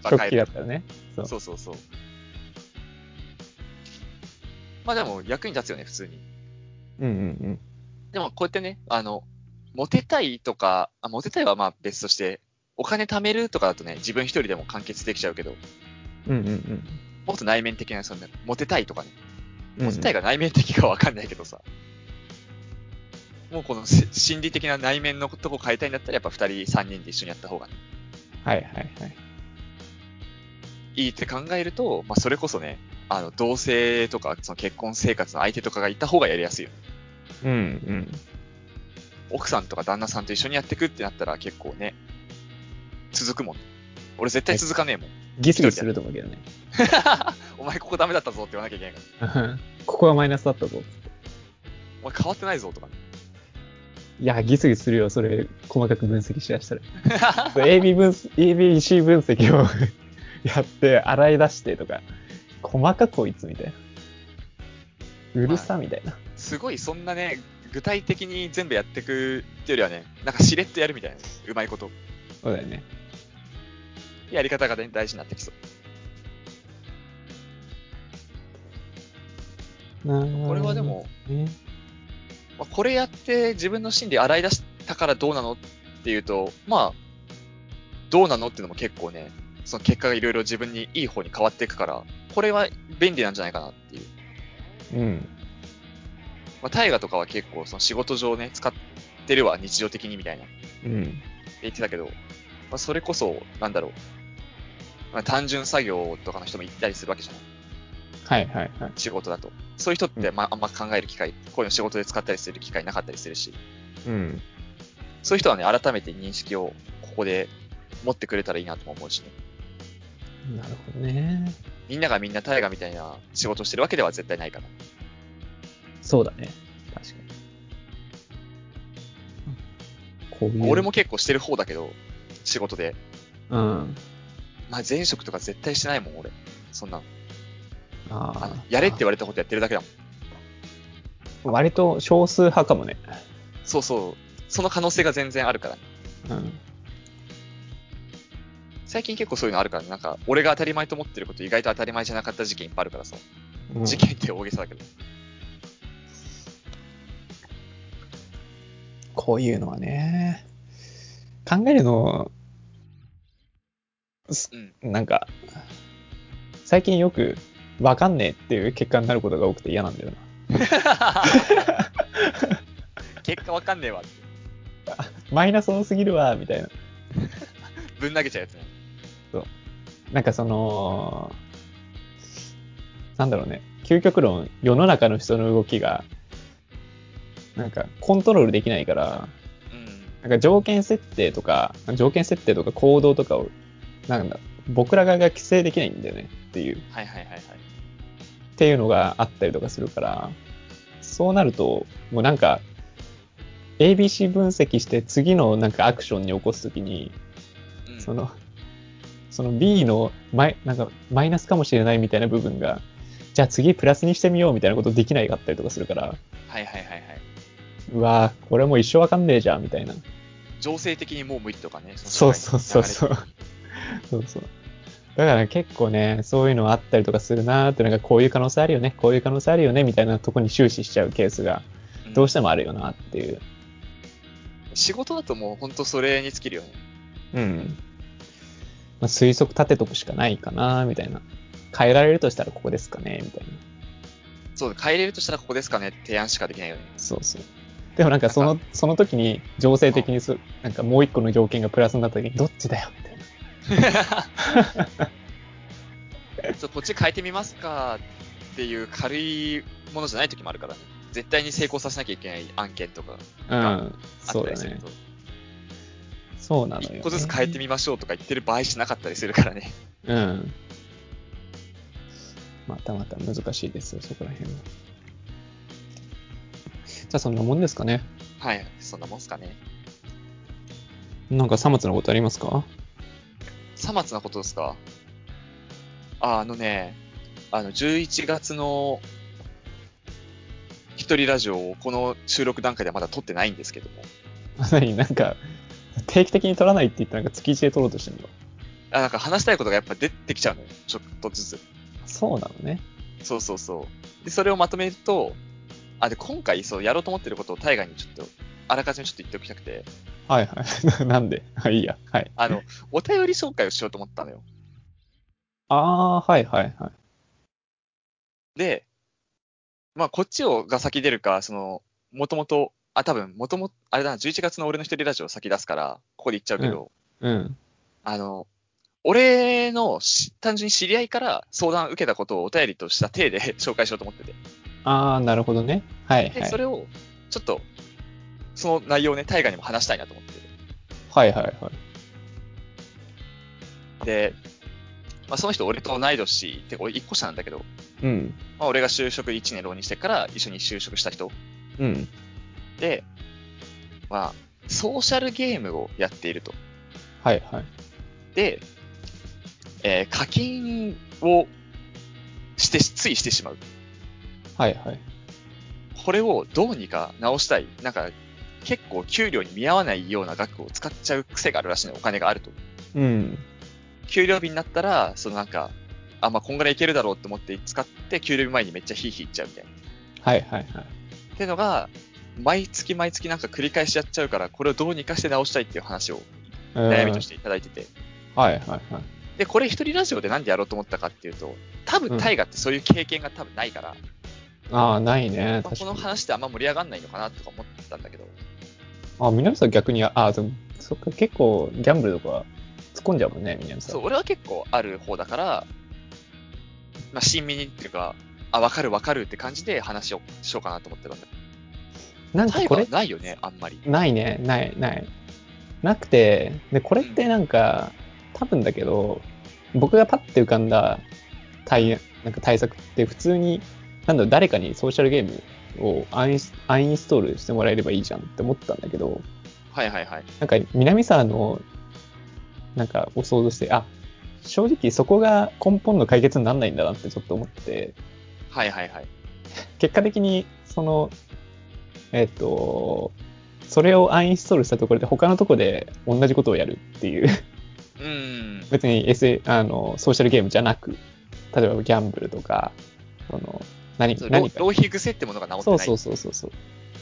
Speaker 2: パー
Speaker 1: 食
Speaker 2: 買え
Speaker 1: 器だったらね。そう
Speaker 2: そうそうそう。まあでも役に立つよね、普通に。
Speaker 1: うんうん
Speaker 2: でもこうやってね、あの、モテたいとか、あモテたいはまあ別として、お金貯めるとかだとね、自分一人でも完結できちゃうけど、
Speaker 1: うん。うんうんうん。
Speaker 2: もっと内面的な、そのモテたいとかね、
Speaker 1: うん
Speaker 2: モテたいが内面的かわかんないけどさ、もうこのし心理的な内面のとこ変えたいんだったら、やっぱ二人、三人で一緒にやった方がね、
Speaker 1: はいはいはい。
Speaker 2: いいって考えると、まあそれこそね、あの、同性とか、その結婚生活の相手とかがいた方がやりやすいよね
Speaker 1: うんうん。
Speaker 2: 奥さんとか旦那さんと一緒にやってくってなったら結構ね、続くもん、ね。俺絶対続かねえもん。
Speaker 1: ギスギスすると思うけどね。 <laughs>
Speaker 2: <laughs> お前ここダメだったぞって言わなきゃいけないから。
Speaker 1: ここはマイナスだったぞ。
Speaker 2: お前変わってないぞとかね。
Speaker 1: いや、ギスギスするよ、それ、細かく分析しだしたら。AB
Speaker 2: <laughs>
Speaker 1: 分析、ABC 分析を <laughs> やって、洗い出してとか、細かこいつみたいな。うるさみたいな。
Speaker 2: すごいそんなね、具体的に全部やってくってよりはね、なんかしれっとやるみたいな。うまいこと。
Speaker 1: そうだよね。
Speaker 2: やり方がね大事になってきそう。こ
Speaker 1: こ
Speaker 2: れはで、も、
Speaker 1: ね、
Speaker 2: まあこれやって自分の心理洗い出したからどうなのっていうと、まあ、どうなのっていうのも結構ね、その結果がいろいろ自分にいい方に変わっていくから、これは便利なんじゃないかなっていう。
Speaker 1: うん。
Speaker 2: まあ、大河とかは結構その仕事上ね、使ってるわ、日常的にみたいな。
Speaker 1: うん。
Speaker 2: 言ってたけど、まあ、それこそ、なんだろう。まあ、単純作業とかの人も行ったりするわけじゃない。
Speaker 1: はいはいはい。
Speaker 2: 仕事だと。そういう人って、
Speaker 1: う
Speaker 2: まあ、あんま考える機会、こういうの仕事で使ったりする機会なかったりするし、
Speaker 1: うん。
Speaker 2: そういう人はね、改めて認識をここで持ってくれたらいいなとも思うしね。
Speaker 1: なるほどね。
Speaker 2: みんながみんな大河みたいな仕事をしてるわけでは絶対ないから。
Speaker 1: そうだね。確かに。こういう。
Speaker 2: 俺も。結構してる方だけど、仕事で。
Speaker 1: うん。
Speaker 2: まあ、前職とか絶対してないもん、俺。そんなの。あ
Speaker 1: あ
Speaker 2: の
Speaker 1: あ。
Speaker 2: やれって言われたことやってるだけだもん。
Speaker 1: 割と少数派かもね。
Speaker 2: そうそう。その可能性が全然あるからね。
Speaker 1: うん。
Speaker 2: 最近結構そういうのあるからね。なんか、俺が当たり前と思ってること意外と当たり前じゃなかった事件いっぱいあるからさ。
Speaker 1: うん
Speaker 2: 事件って大げさ
Speaker 1: <laughs>
Speaker 2: だけど。
Speaker 1: こういうのはね、考えるの、す
Speaker 2: うん
Speaker 1: なんか、最近よくわかんねえっていう結果になることが多くて嫌なんだよな。
Speaker 2: 結果わかんねえわって。
Speaker 1: マイナス多すぎるわ、みたいな。
Speaker 2: ぶん投げちゃうやつね。
Speaker 1: なんかその、なんだろうね、究極論、世の中の人の動きが、なんかコントロールできないから、
Speaker 2: うん。
Speaker 1: なんか条件設定とか、条件設定とか行動とかを、なんだ、僕ら側が規制できないんだよねっていう、
Speaker 2: はいはいはいはい。
Speaker 1: っていうのがあったりとかするから、そうなると、もうなんか、ABC 分析して次のなんかアクションに起こすときに、
Speaker 2: うん、
Speaker 1: その、その B のマイなんかマイナスかもしれないみたいな部分が、じゃあ次プラスにしてみようみたいなことできないかったりとかするから、
Speaker 2: はいはいはいはい。
Speaker 1: うわぁ、これもう一生わかんねえじゃんみたいな。
Speaker 2: 情勢的にもう無理とかね。
Speaker 1: そうそうそうそうう。そうそう。だから結構ね、そういうのあったりとかするなーって、なんかこういう可能性あるよね、こういう可能性あるよねみたいなとこに終始しちゃうケースがどうしててもあるよなっていう。
Speaker 2: 仕事だともう本当それに尽きるよね。
Speaker 1: うん。まあ、推測立てとくしかないかなーみたいな。変えられるとしたらここですかねみたいな。
Speaker 2: そう、変えれるとしたらここですかねって提案しかできないよね。
Speaker 1: そうそう。でもなんかその、その時に情勢的にす、なんかもう一個の条件がプラスになった時に、どっちだよみたいな。
Speaker 2: ちょっとこっち変えてみますかっていう軽いものじゃない時もあるからね。絶対に成功させなきゃいけない案件とかが
Speaker 1: うん、
Speaker 2: あっ
Speaker 1: そう
Speaker 2: た
Speaker 1: だ
Speaker 2: りする
Speaker 1: ね
Speaker 2: と、。
Speaker 1: そうなのよ、ね。
Speaker 2: 一個ずつ変えてみましょうとか言ってる場合しなかったりするか
Speaker 1: <laughs>
Speaker 2: らね。
Speaker 1: うん。またまた難しいですよ、そこら辺は。じゃあそんなもんですかね。
Speaker 2: はい、そんなもんすかね。
Speaker 1: なんかさまつのことありますか
Speaker 2: さまつなことですかあ、あのね、あの、11月の一人ラジオをこの収録段階ではまだ撮ってないんですけども。
Speaker 1: あ <laughs> 何なんか、定期的に取らないって言ったらなんか月1で取ろうとしてるの。
Speaker 2: あ、なんか話したいことがやっぱ出てきちゃうのよ。ちょっとずつ。
Speaker 1: そうなのね。
Speaker 2: そうそうそう。で、それをまとめると、あ、で、今回、そう、やろうと思ってることを大河にちょっと、あらかじめちょっと言っておきたくて、
Speaker 1: はいはい。 <laughs> なんではい、いいや。はい。
Speaker 2: あの、お便り紹介をしようと思ったのよ。
Speaker 1: あー、はいはいはい。
Speaker 2: で、まあ、こっちをが先出るか、その、もともと、あ、多分、もともあれだな、11月の俺の一人ラジオを先出すから、ここで言っちゃうけど、
Speaker 1: うん。
Speaker 2: あの、俺のし単純に知り合いから相談を受けたことをお便りとした体で <laughs> 紹介しようと思ってて。
Speaker 1: あー、なるほどね。はい
Speaker 2: で、
Speaker 1: は
Speaker 2: そ
Speaker 1: い。
Speaker 2: れを、ちょっと、その内容をね、大河にも話したいなと思ってて。
Speaker 1: はいはいはい。
Speaker 2: で、まあ、その人俺と同い年って俺1個下なんだけど、
Speaker 1: うん。
Speaker 2: まあ、俺が就職1年浪人してから一緒に就職した人
Speaker 1: うん。
Speaker 2: で、まあ、ソーシャルゲームをやっていると。
Speaker 1: はいはい。
Speaker 2: で、えー課金をして、ついしてしまう。
Speaker 1: はいはい。
Speaker 2: これをどうにか直したい。なんか、結構給料に見合わないような額を使っちゃう癖があるらしいね。お金があると。
Speaker 1: うん。
Speaker 2: 給料日になったら、そのなんか、あ、まあ、こんぐらいいけるだろうと思って使って、給料日前にめっちゃヒーヒーいっちゃうみたいな。
Speaker 1: はいはいはい。
Speaker 2: っていうのが、毎月毎月なんか繰り返しやっちゃうから、これをどうにかして直したいっていう話を悩みとしていただいてて。
Speaker 1: うんはいはいはい。
Speaker 2: で、これ一人ラジオでなんでやろうと思ったかっていうと、多
Speaker 1: う
Speaker 2: 分
Speaker 1: ん
Speaker 2: タイガってそういう経験が多分ないから、
Speaker 1: あー、ないね。
Speaker 2: まあ、
Speaker 1: 確か
Speaker 2: この
Speaker 1: に。
Speaker 2: 話ってあんま盛り上がんないのかなとか思ってたんだけど、
Speaker 1: あ、南さん逆に、あ、でも、そっか、結構ギャンブルとか突っ込んじゃうもんね、南さん。
Speaker 2: そう、俺は結構ある方だから、まあ、親身にっていうか、あ、わかるわかるって感じで話をしようかなと思ってたんだけ
Speaker 1: なん
Speaker 2: ど、タ
Speaker 1: か
Speaker 2: イ
Speaker 1: こ
Speaker 2: ガは
Speaker 1: れ、
Speaker 2: ないよね、あんまり。
Speaker 1: ないね、ない、ない。なくて、で、これってなんか、多分だけど、僕がパッて浮かんだ対なんか対策って普通に、なんだろう、誰かにソーシャルゲームをアンインスアンインストールしてもらえればいいじゃんって思ったんだけど、
Speaker 2: はいはいはい。
Speaker 1: なんか南沢のなんかを想像してあ正直そこが根本の解決にならないんだなってちょっと思って
Speaker 2: はいはいはい。
Speaker 1: 結果的にそのえっ、とそれをアンインストールしたところで他のところで同じことをやるっていう <laughs>
Speaker 2: うーん。
Speaker 1: 別に、S、あのソーシャルゲームじゃなく例えばギャンブルとかその何
Speaker 2: そう浪
Speaker 1: 何か
Speaker 2: 浪費癖ってものが治って
Speaker 1: そ
Speaker 2: な
Speaker 1: う
Speaker 2: い。
Speaker 1: そうそうそうそう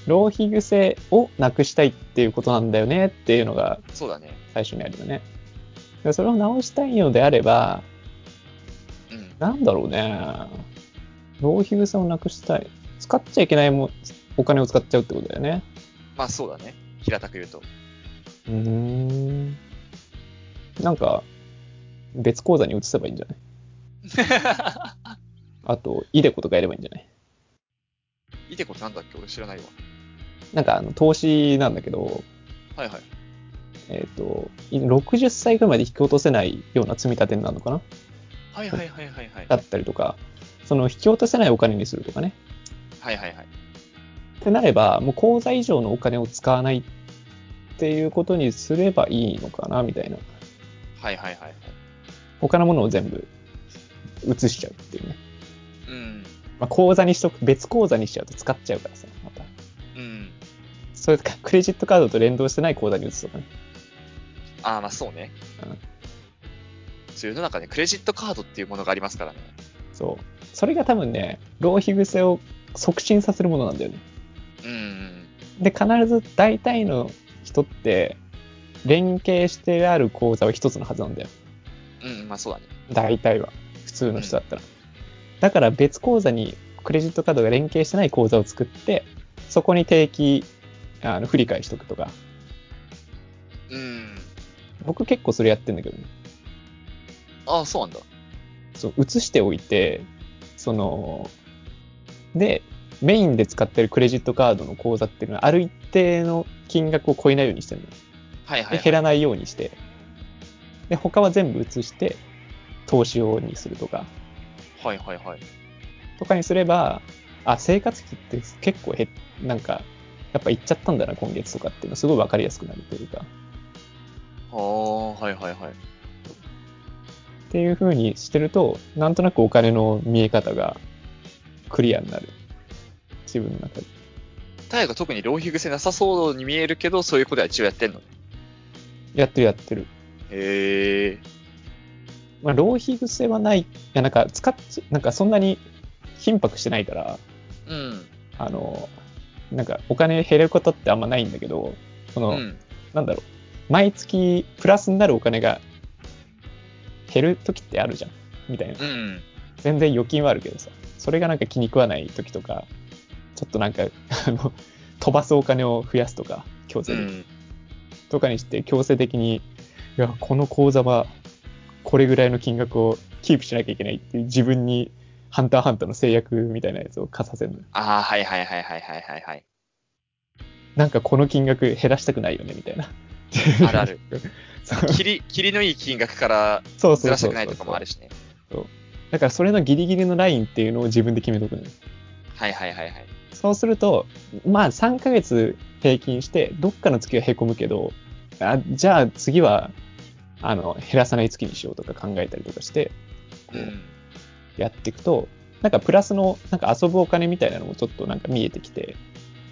Speaker 1: 浪費癖をなくしたいっていうことなんだよねっていうのが
Speaker 2: そうだね。
Speaker 1: 最初にあるよね。でそれを直したいのであれば、
Speaker 2: うん。
Speaker 1: なんだろうね。浪費癖をなくしたい。使っちゃいけないもんお金を使っちゃうってことだよね。
Speaker 2: まあそうだね。平たく <laughs> 言うと。
Speaker 1: うーん。なんか、別口座に移せばいいんじゃないあと、イデコとかやればいいんじゃない
Speaker 2: いてこってなんだっけ俺知らないわ。
Speaker 1: なんか、あの、投資なんだけど、
Speaker 2: はいはい。
Speaker 1: えっ、と、い60歳ぐらいまで引き落とせないような積み立てになるのかな
Speaker 2: はいはいはいはいはい。
Speaker 1: だったりとか、その引き落とせないお金にするとかね。
Speaker 2: はいはいはい。
Speaker 1: ってなれば、もう口座以上のお金を使わないっていうことにすればいいのかな、みたいな。
Speaker 2: はいはいはいはい。
Speaker 1: 他のものを全部移しちゃうっていうね。
Speaker 2: うん。
Speaker 1: まあ、口座にしとく、別口座にしちゃうと使っちゃうからさ、また。
Speaker 2: うん。
Speaker 1: それとか、クレジットカードと連動してない口座に移すとかね。
Speaker 2: ああ、まあそうね。
Speaker 1: うん
Speaker 2: そういうの中でクレジットカードっていうものがありますからね。
Speaker 1: そう。それが多分ね、浪費癖を促進させるものなんだよね。
Speaker 2: うん。
Speaker 1: で、必ず大体の人って、連携してある口座は一つのはずなんだよ。
Speaker 2: うん、まあそうだね。
Speaker 1: 大体は普通の人だったら、だから別口座にクレジットカードが連携してない口座を作ってそこに定期あの振り返しとくとか。
Speaker 2: うん。
Speaker 1: 僕結構それやってんだけどね。
Speaker 2: ああ、そうなんだ。
Speaker 1: そう、映しておいて、その、で、メインで使ってるクレジットカードの口座っていうのは、ある一定の金額を超えないようにしてるの。
Speaker 2: はいはい、
Speaker 1: で、
Speaker 2: はい
Speaker 1: 減。らないようにして、で、他は全部移して、投資用にするとか、
Speaker 2: はいはいはい。
Speaker 1: とかにすれば、あ、生活費って結構減っ、なんか、やっぱ行っちゃったんだな、今月とかっていうのすごい分かりやすくなるというか、
Speaker 2: ああ、はいはいはい。
Speaker 1: っていう風にしてると、なんとなくお金の見え方がクリアになる。自分の中で。
Speaker 2: タイが特に浪費癖なさそうに見えるけど、そういうことは一応やってんのね。
Speaker 1: やってるやってる。
Speaker 2: へえ。
Speaker 1: まあ、浪費癖はない。いや、なんか、使っち、なんかそんなに頻迫してないから、
Speaker 2: うん。
Speaker 1: あの、なんかお金減ることってあんまないんだけど、その、
Speaker 2: うん。
Speaker 1: なんだろう、毎月プラスになるお金が減る時ってあるじゃん、みたいな
Speaker 2: う。ん。
Speaker 1: 全然預金はあるけどさ、それがなんか気に食わない時とか、ちょっとなんか、あの、飛ばすお金を増やすとか、強
Speaker 2: う
Speaker 1: 制的に
Speaker 2: ん。
Speaker 1: とかにして強制的に、いや、この口座はこれぐらいの金額をキープしなきゃいけないっていう自分にハンターハンターの制約みたいなやつを課させるのよ
Speaker 2: ああ、はいはいはいはいはいはいはい。
Speaker 1: なんかこの金額減らしたくないよね、みたいな。
Speaker 2: <laughs> あるある。
Speaker 1: <laughs> そう。
Speaker 2: 切 <laughs> り、切りのいい金額から
Speaker 1: そうそうそうそう
Speaker 2: ずらしたくないとかもあるしね。
Speaker 1: だからそれのギリギリのラインっていうのを自分で決めとくのよ
Speaker 2: はいはいはいはい。
Speaker 1: そうすると、まあ3ヶ月平均して、どっかの月はへこむけど、あじゃあ次は、あの、減らさない月にしようとか考えたりとかして、こ
Speaker 2: う。
Speaker 1: うんやっていくと、なんかプラスの、なんか遊ぶお金みたいなのもちょっとなんか見えてきて、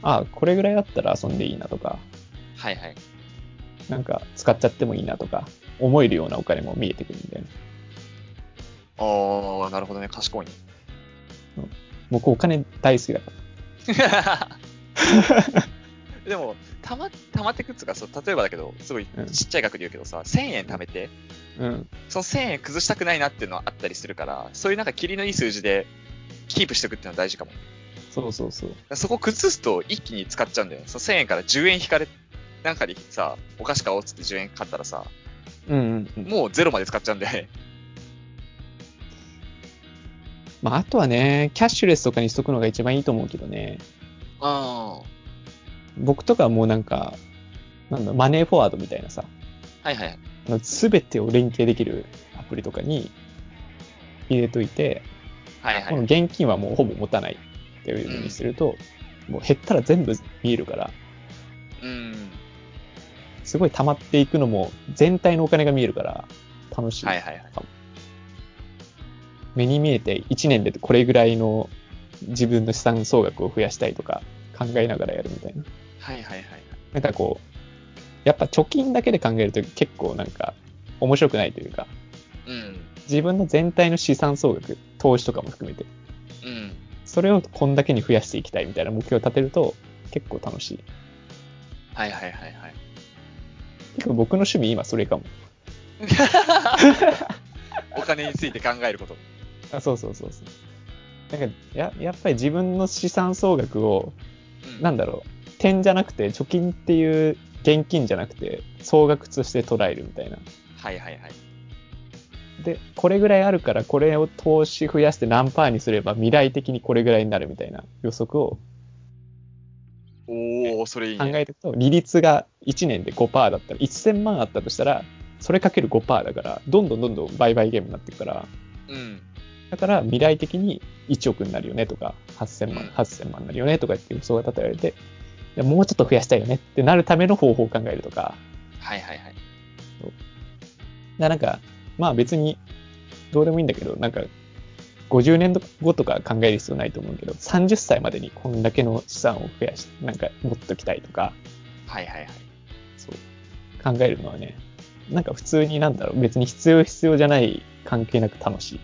Speaker 1: ああ、これぐらいだったら遊んでいいなとか、
Speaker 2: はいはい。
Speaker 1: なんか使っちゃってもいいなとか、思えるようなお金も見えてくるんだよね。
Speaker 2: ああ、なるほどね。賢 <laughs> いね。
Speaker 1: 僕お金大好きだから。
Speaker 2: でも、たま、たまってくっつうか、そう例えばだけど、すごい
Speaker 1: うん
Speaker 2: ちっちゃい額で言うけどさ、1000円貯めて、
Speaker 1: うん。
Speaker 2: その1000円崩したくないなっていうのはあったりするから、そういうなんか切りのいい数字でキープしておくっていうのは大事かも。だか
Speaker 1: そうそうそう。
Speaker 2: らそこ崩すと一気に使っちゃうんだよね。その1000円から10円引かれ、なんかにさ、お菓子買おうっつって10円買ったらさ、
Speaker 1: うんうんうん。
Speaker 2: もうゼロまで使っちゃうんだよね。
Speaker 1: まあ、あとはね、キャッシュレスとかにしとくのが一番いいと思うけどね。
Speaker 2: あ
Speaker 1: 僕とかはもうなんか、なんだ、マネーフォワードみたいなさ、
Speaker 2: あ。はいはい。
Speaker 1: すべてを連携できるアプリとかに入れといて、
Speaker 2: はい
Speaker 1: こ
Speaker 2: は
Speaker 1: の
Speaker 2: い。
Speaker 1: 現金はもうほぼ持たないっていうようにすると、もう減ったら全部見えるから、
Speaker 2: うん。
Speaker 1: すごい溜まっていくのも全体のお金が見えるから、楽しい。
Speaker 2: はいはいはい。
Speaker 1: 目に見えて1年でこれぐらいの自分の資産総額を増やしたいとか考えながらやるみたいな。
Speaker 2: はいはいはい。
Speaker 1: なんかこう、やっぱ貯金だけで考えると結構なんか面白くないというか、
Speaker 2: うん。
Speaker 1: 自分の全体の資産総額、投資とかも含めて、
Speaker 2: うん。
Speaker 1: それをこんだけに増やしていきたいみたいな目標を立てると結構楽しい。
Speaker 2: はいはいはい <laughs> はい。
Speaker 1: 結構僕の趣味今それかも。
Speaker 2: お金について考えること。
Speaker 1: あそうそうそうそう。なんかややっぱり自分の資産総額を、
Speaker 2: うん
Speaker 1: なんだろう、点じゃなくて貯金っていう現金じゃなくて総額として捉えるみたいな。
Speaker 2: はいはいはい。
Speaker 1: で、これぐらいあるから、これを投資増やして何パーにすれば未来的にこれぐらいになるみたいな予測を
Speaker 2: おお、それいい
Speaker 1: 考
Speaker 2: ね。
Speaker 1: えていくと、利率が1年で5%だったら、1000万あったとしたら、それかける5%だから、どんどんどんどん売買ゲームになっていくから、
Speaker 2: うん。
Speaker 1: だから未来的に1億になるよねとか、8000
Speaker 2: う
Speaker 1: 万、
Speaker 2: ん
Speaker 1: 8000万になるよねとかっていう予想が立てられて、いやもうちょっと増やしたいよねってなるための方法を考えるとか、
Speaker 2: はいはいはい。
Speaker 1: だなんか、まあ別にどうでもいいんだけど、なんか50年後とか考える必要ないと思うけど、30歳までにこんだけの資産を増やし、なんか持っときたいとか、
Speaker 2: はいはいはい。
Speaker 1: そう考えるのはね、なんか普通になんだろう、別に必要必要じゃない関係なく楽しい。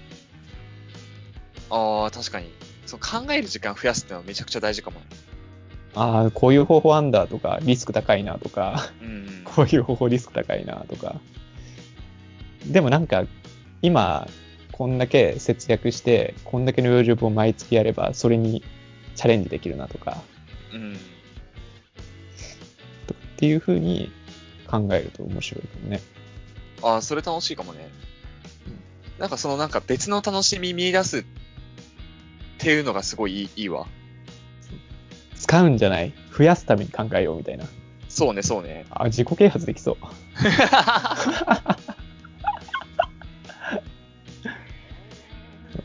Speaker 2: ああ、確かに。そう考える時間増やすってのはめちゃくちゃ大事かも。
Speaker 1: ああ、こういう方法あんだとか、リスク高いなとか、
Speaker 2: うん。
Speaker 1: こういう方法リスク高いなとか。でもなんか、今、こんだけ節約して、こんだけの養生を毎月やれば、それにチャレンジできるなとか、
Speaker 2: うん。
Speaker 1: っていう風に考えると面白いかもね。
Speaker 2: ああ、それ楽しいかもね。なんかそのなんか別の楽しみ見出すっていうのがすごいいいいいわ。
Speaker 1: 使うんじゃない増やすために考えようみたいな。
Speaker 2: そうね、そう
Speaker 1: <laughs>
Speaker 2: ね。
Speaker 1: あ、自己啓発できそう。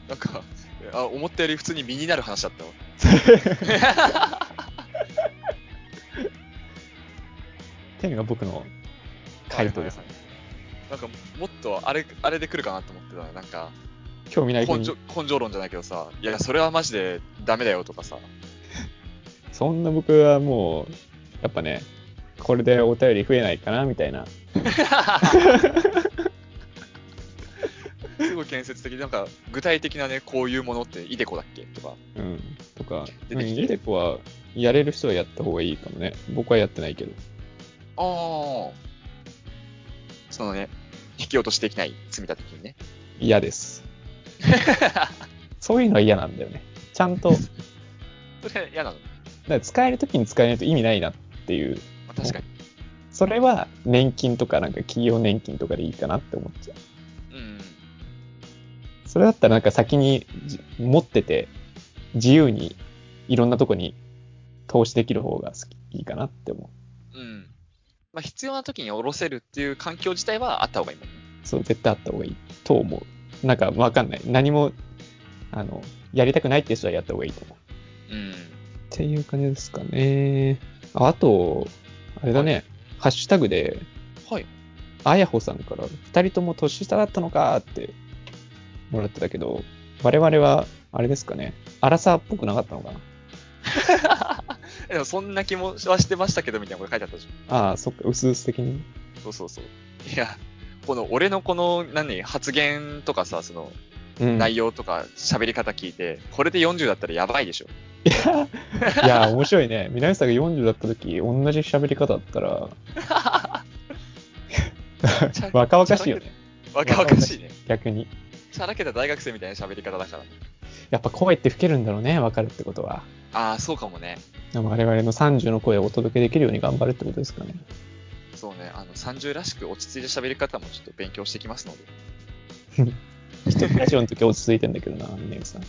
Speaker 2: なんか、あ思ったより普通に身になる話だったわ。
Speaker 1: っていうのが僕の回答ですね。
Speaker 2: なんかもっとあれあれで来るかなと思ってたなんか
Speaker 1: 興味ない人
Speaker 2: 根
Speaker 1: に
Speaker 2: 性根性論じゃないけどさいやそれはマジでダメだよとかさ
Speaker 1: そんな僕はもう、やっぱね、これでお便り増えないかなみたいな。
Speaker 2: すごい建設的でなんか具体的なねこういうものってイデコだっけとか
Speaker 1: うん。とか、
Speaker 2: 出
Speaker 1: うん
Speaker 2: てきて
Speaker 1: イデコはやれる人はやった方がいいかもね。僕はやってないけど。
Speaker 2: ああそのね引き落としできない積み立て金ね
Speaker 1: 嫌です。そういうのは嫌なんだよね。ちゃんと、だか
Speaker 2: <laughs> それ嫌なの、
Speaker 1: ら使えるときに使えないと意味ないなっていう。
Speaker 2: まあ、確かに
Speaker 1: それは年金とかなんか企業年金とかでいいかなって思っちゃう。
Speaker 2: うん
Speaker 1: それだったらなんか先にじ持ってて自由にいろんなとこに投資できる方が好きいいかなって思う。
Speaker 2: うんまあ必要な時に下ろせるっていう環境自体はあった方がいいもんね
Speaker 1: そう、絶対あった方がいいと思う。なんかわかんない。何も、あの、やりたくないって人はやった方がいいと思う。
Speaker 2: うん
Speaker 1: っていう感じですかね。ああと、あれだね、ハッシュタグで、
Speaker 2: はい
Speaker 1: あやほさんから2人とも年下だったのかってもらってたけど、我々は、あれですかね、荒さっぽくなかったのかな。
Speaker 2: <laughs> でもそんな気もはしてましたけどみたいなこと書いてあったじゃん
Speaker 1: ああ、そっか、うすうす的に。
Speaker 2: そうそうそう。いや、この俺のこの何発言とかさ、その
Speaker 1: うん、い
Speaker 2: 内容とか喋り方聞いて、これで40だったらやばいでしょ。
Speaker 1: や、いや面白いね。南さんが40だった時、同じ喋り方だった <laughs> ら、若々しいよね、
Speaker 2: 若々しいね。
Speaker 1: 逆に。
Speaker 2: しゃらけた大学生みたいな喋り方だから。
Speaker 1: やっぱ声って吹けるんだろうね、わかるってことは。
Speaker 2: ああ、そうかもね。
Speaker 1: でも我々の30の声をお届けできるように頑張るってことですかね。
Speaker 2: そうね。あの、30らしく落ち着いた喋り方もちょっと勉強してきますので。
Speaker 1: 一人ラジオの時落ち着いてんだけどな、峰岸さん。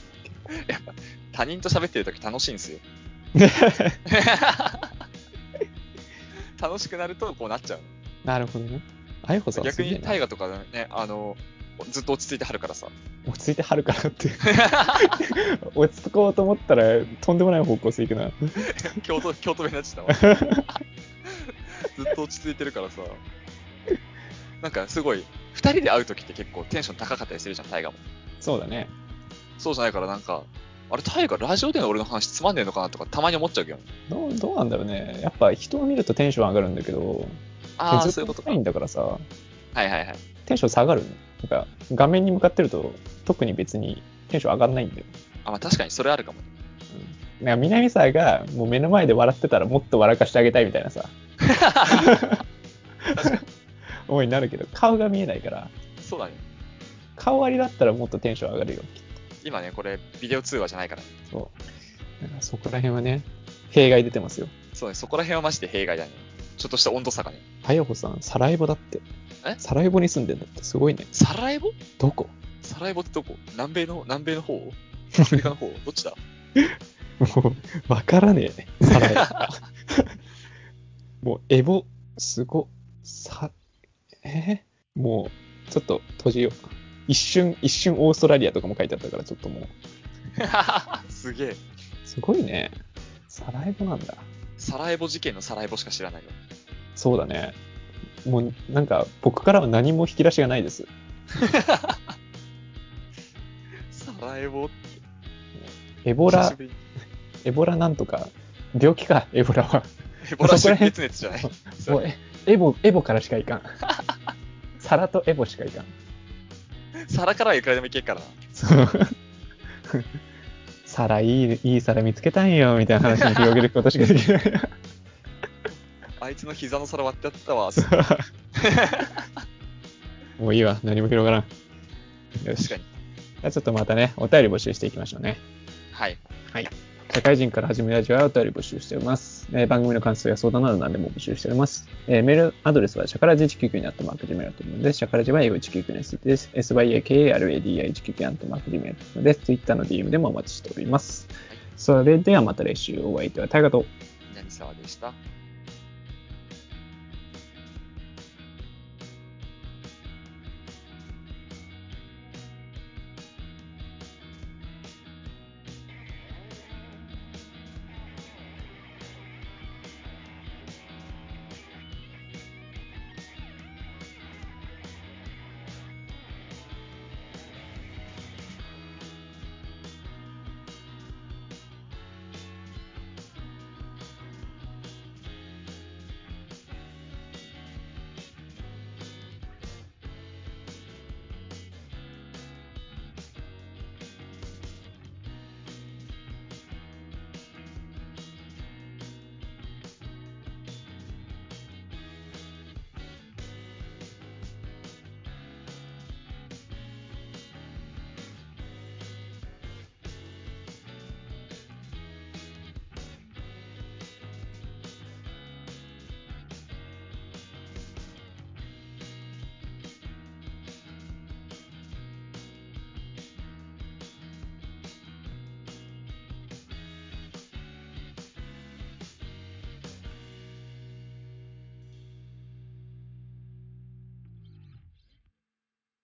Speaker 2: 他人と喋ってる時楽しいんですよ。楽しくなるとこうなっちゃう。
Speaker 1: なるほどね。あやほさん、
Speaker 2: 逆に大
Speaker 1: イ
Speaker 2: 河とかね、あの、ずっと落ち着いてはるからさ。
Speaker 1: 落ち着いてはるかな
Speaker 2: <laughs>
Speaker 1: って。落ち着こうと思ったら、とんでもない方向性いくな。
Speaker 2: 京都、京都弁になっちゃったわ。ずっと落ち着いてるからさ。なんかすごい、二人で会う時って結構テンション高かったりするじゃん、タイガも。
Speaker 1: そうだね。
Speaker 2: そうじゃないからなんか、あれタイガラジオでの俺の話つまんねえのかなとかたまに思っちゃうけど。
Speaker 1: どう、どうなんだろうね。やっぱ人を見るとテンション上がるんだけど、
Speaker 2: ああ、
Speaker 1: 削
Speaker 2: そうい
Speaker 1: っ
Speaker 2: う
Speaker 1: て
Speaker 2: ことか。
Speaker 1: な
Speaker 2: はいい
Speaker 1: んだからさ、
Speaker 2: はいはい。
Speaker 1: テンション下がるのなんか、画面に向かってると、特に別にテンション上がんないんだよ。
Speaker 2: あ、まあ確かにそれあるかも。
Speaker 1: うん。なんか、南沢が、もう目の前で笑ってたらもっと笑かしてあげたいみたいなさ、思いになるけど、顔が見えないから、
Speaker 2: そうだね。
Speaker 1: 顔割りだったらもっとテンション上がるよ。
Speaker 2: 今ね、これビデオ通話じゃないから。
Speaker 1: そう。だからそこら辺はね、弊害出てますよ。
Speaker 2: そうね、そこら辺はマジで弊害だね。ちょっとした温度差がね。
Speaker 1: あやほさん、サラエボだって。
Speaker 2: え
Speaker 1: サラエボに住んでんだって、すごいね。
Speaker 2: サラエボ
Speaker 1: どこ
Speaker 2: サラエボってどこ南米の、南米の方アフリカ
Speaker 1: <laughs>
Speaker 2: の方どっちだ
Speaker 1: もう、わからねえ。サラエボ。もう、エボ、すご、さ、えーもう、ちょっと閉じよう。一瞬、一瞬オーストラリアとかも書いてあったから、ちょっともう、
Speaker 2: すげえ。
Speaker 1: すごいね。サラエボなんだ。
Speaker 2: サラエボ事件のサラエボしか知らないよ。
Speaker 1: そうだね。もう、なんか、僕からは何も引き出しがないです。
Speaker 2: サラエボ
Speaker 1: エボラ
Speaker 2: 久し、ぶりに
Speaker 1: エボラなんとか、病気か、エボラは。
Speaker 2: エボラ
Speaker 1: そこら
Speaker 2: 出
Speaker 1: 辺
Speaker 2: 血熱じゃない
Speaker 1: そもうえエボ、エボからしかいかん。 <laughs> 皿とエボしかいかん。
Speaker 2: 皿からはいくらでもいけるからな。
Speaker 1: そう。皿いい、いい皿見つけたんよ、みたいな話に広げることしかできない。 <laughs>
Speaker 2: あいつの膝の皿割ってやったわ。確
Speaker 1: もういいわ、何も広がらん。よし。
Speaker 2: かに。
Speaker 1: じゃあちょっとまたね、お便り募集していきましょうね。
Speaker 2: はい。
Speaker 1: はい。社会人から始めるラジオはお便り募集しております。えー番組の感想や相談など何でも募集しております。えーメールアドレスは、シャカラジ199にあったマークジメラと思うので、シャカラジは AO199 についてです。SYAKARADI199 アットマークジメラと思うので、Twitter の DM でもお待ちしております。それではまた来週お会いいたい。タイガと。
Speaker 2: 南沢でした。